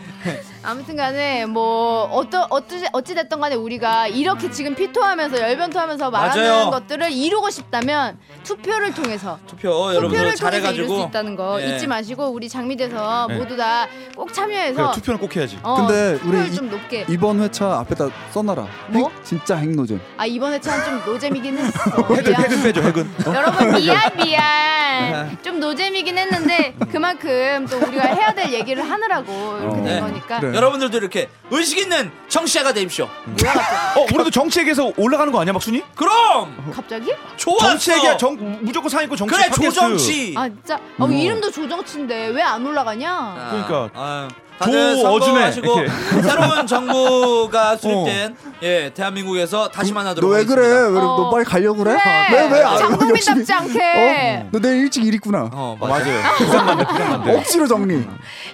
[SPEAKER 3] 아무튼간에 뭐 어떠 어찌 어찌 됐던 간에 우리가 이렇게 지금 피토하면서 열변토하면서 말하는
[SPEAKER 5] 맞아요.
[SPEAKER 3] 것들을 이루고 싶다면 투표를 통해서
[SPEAKER 5] 투표 어,
[SPEAKER 3] 투표를
[SPEAKER 5] 여러분들
[SPEAKER 3] 통해서 이룰 수
[SPEAKER 5] 잘해가지고
[SPEAKER 3] 있다는 거
[SPEAKER 5] 예.
[SPEAKER 3] 잊지 마시고 우리 장미대에서
[SPEAKER 4] 네.
[SPEAKER 3] 모두 다 꼭
[SPEAKER 4] 그래,
[SPEAKER 3] 참여해서
[SPEAKER 4] 투표는 꼭 해야지.
[SPEAKER 3] 어,
[SPEAKER 6] 근데
[SPEAKER 3] 투표를
[SPEAKER 6] 우리
[SPEAKER 3] 좀 높게
[SPEAKER 6] 이번 회차 앞에다 써놔라.
[SPEAKER 3] 뭐?
[SPEAKER 6] 핵- 진짜 핵노잼.
[SPEAKER 3] 아 이번 회차는 좀 노잼이긴 했어
[SPEAKER 4] 핵은
[SPEAKER 3] 미안.
[SPEAKER 4] 핵은 빼줘 핵은.
[SPEAKER 3] 여러분 미안 미안 좀 노잼이긴 했는데 그만큼 또 우리가 해야 될 얘기를 하느라고 이렇게
[SPEAKER 5] 네.
[SPEAKER 3] 된 거니까
[SPEAKER 6] 그래.
[SPEAKER 5] 여러분들도 이렇게 의식 있는 청취자가 되십시오.
[SPEAKER 4] 어 우리도 정치에게서 올라가는 거 아니야 박순이?
[SPEAKER 5] 그럼
[SPEAKER 3] 갑자기?
[SPEAKER 5] 좋았어.
[SPEAKER 4] 정치에게 정 무조건 상위권 정치.
[SPEAKER 5] 그래
[SPEAKER 4] 팟캐스트.
[SPEAKER 5] 조정치.
[SPEAKER 3] 아 진짜 어,
[SPEAKER 6] 뭐.
[SPEAKER 3] 이름도 조정치인데 왜 안 올라가냐
[SPEAKER 4] 그러니까.
[SPEAKER 5] 아,
[SPEAKER 4] 조,
[SPEAKER 5] 다들
[SPEAKER 4] 어준해,
[SPEAKER 5] 하시고
[SPEAKER 4] 이렇게.
[SPEAKER 5] 새로운 정부가 수립된 예 대한민국에서 다시 만나도록
[SPEAKER 6] 너 왜 그래? 왜,
[SPEAKER 5] 하겠습니다.
[SPEAKER 6] 너
[SPEAKER 3] 어.
[SPEAKER 6] 빨리 가려고 그래? 아,
[SPEAKER 3] 그래
[SPEAKER 6] 왜, 왜 안- 욕심이-
[SPEAKER 3] 장동민답지 않게
[SPEAKER 6] 어? 너 내일 일찍 일 있구나.
[SPEAKER 5] 어
[SPEAKER 4] 아,
[SPEAKER 5] 맞아.
[SPEAKER 4] 맞아요. 부산만 돼 부산만 돼.
[SPEAKER 6] 억지로 정리.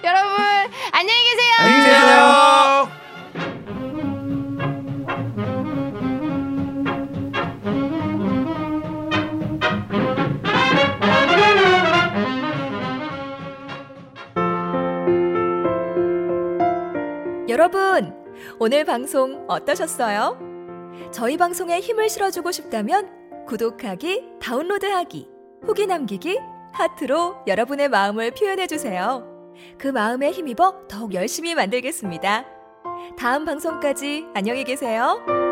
[SPEAKER 3] 여러분 안녕히 계세요
[SPEAKER 4] 안녕히 계세요.
[SPEAKER 1] 여러분, 오늘 방송 어떠셨어요? 저희 방송에 힘을 실어주고 싶다면 구독하기, 다운로드하기, 후기 남기기, 하트로 여러분의 마음을 표현해주세요. 그 마음에 힘입어 더욱 열심히 만들겠습니다. 다음 방송까지 안녕히 계세요.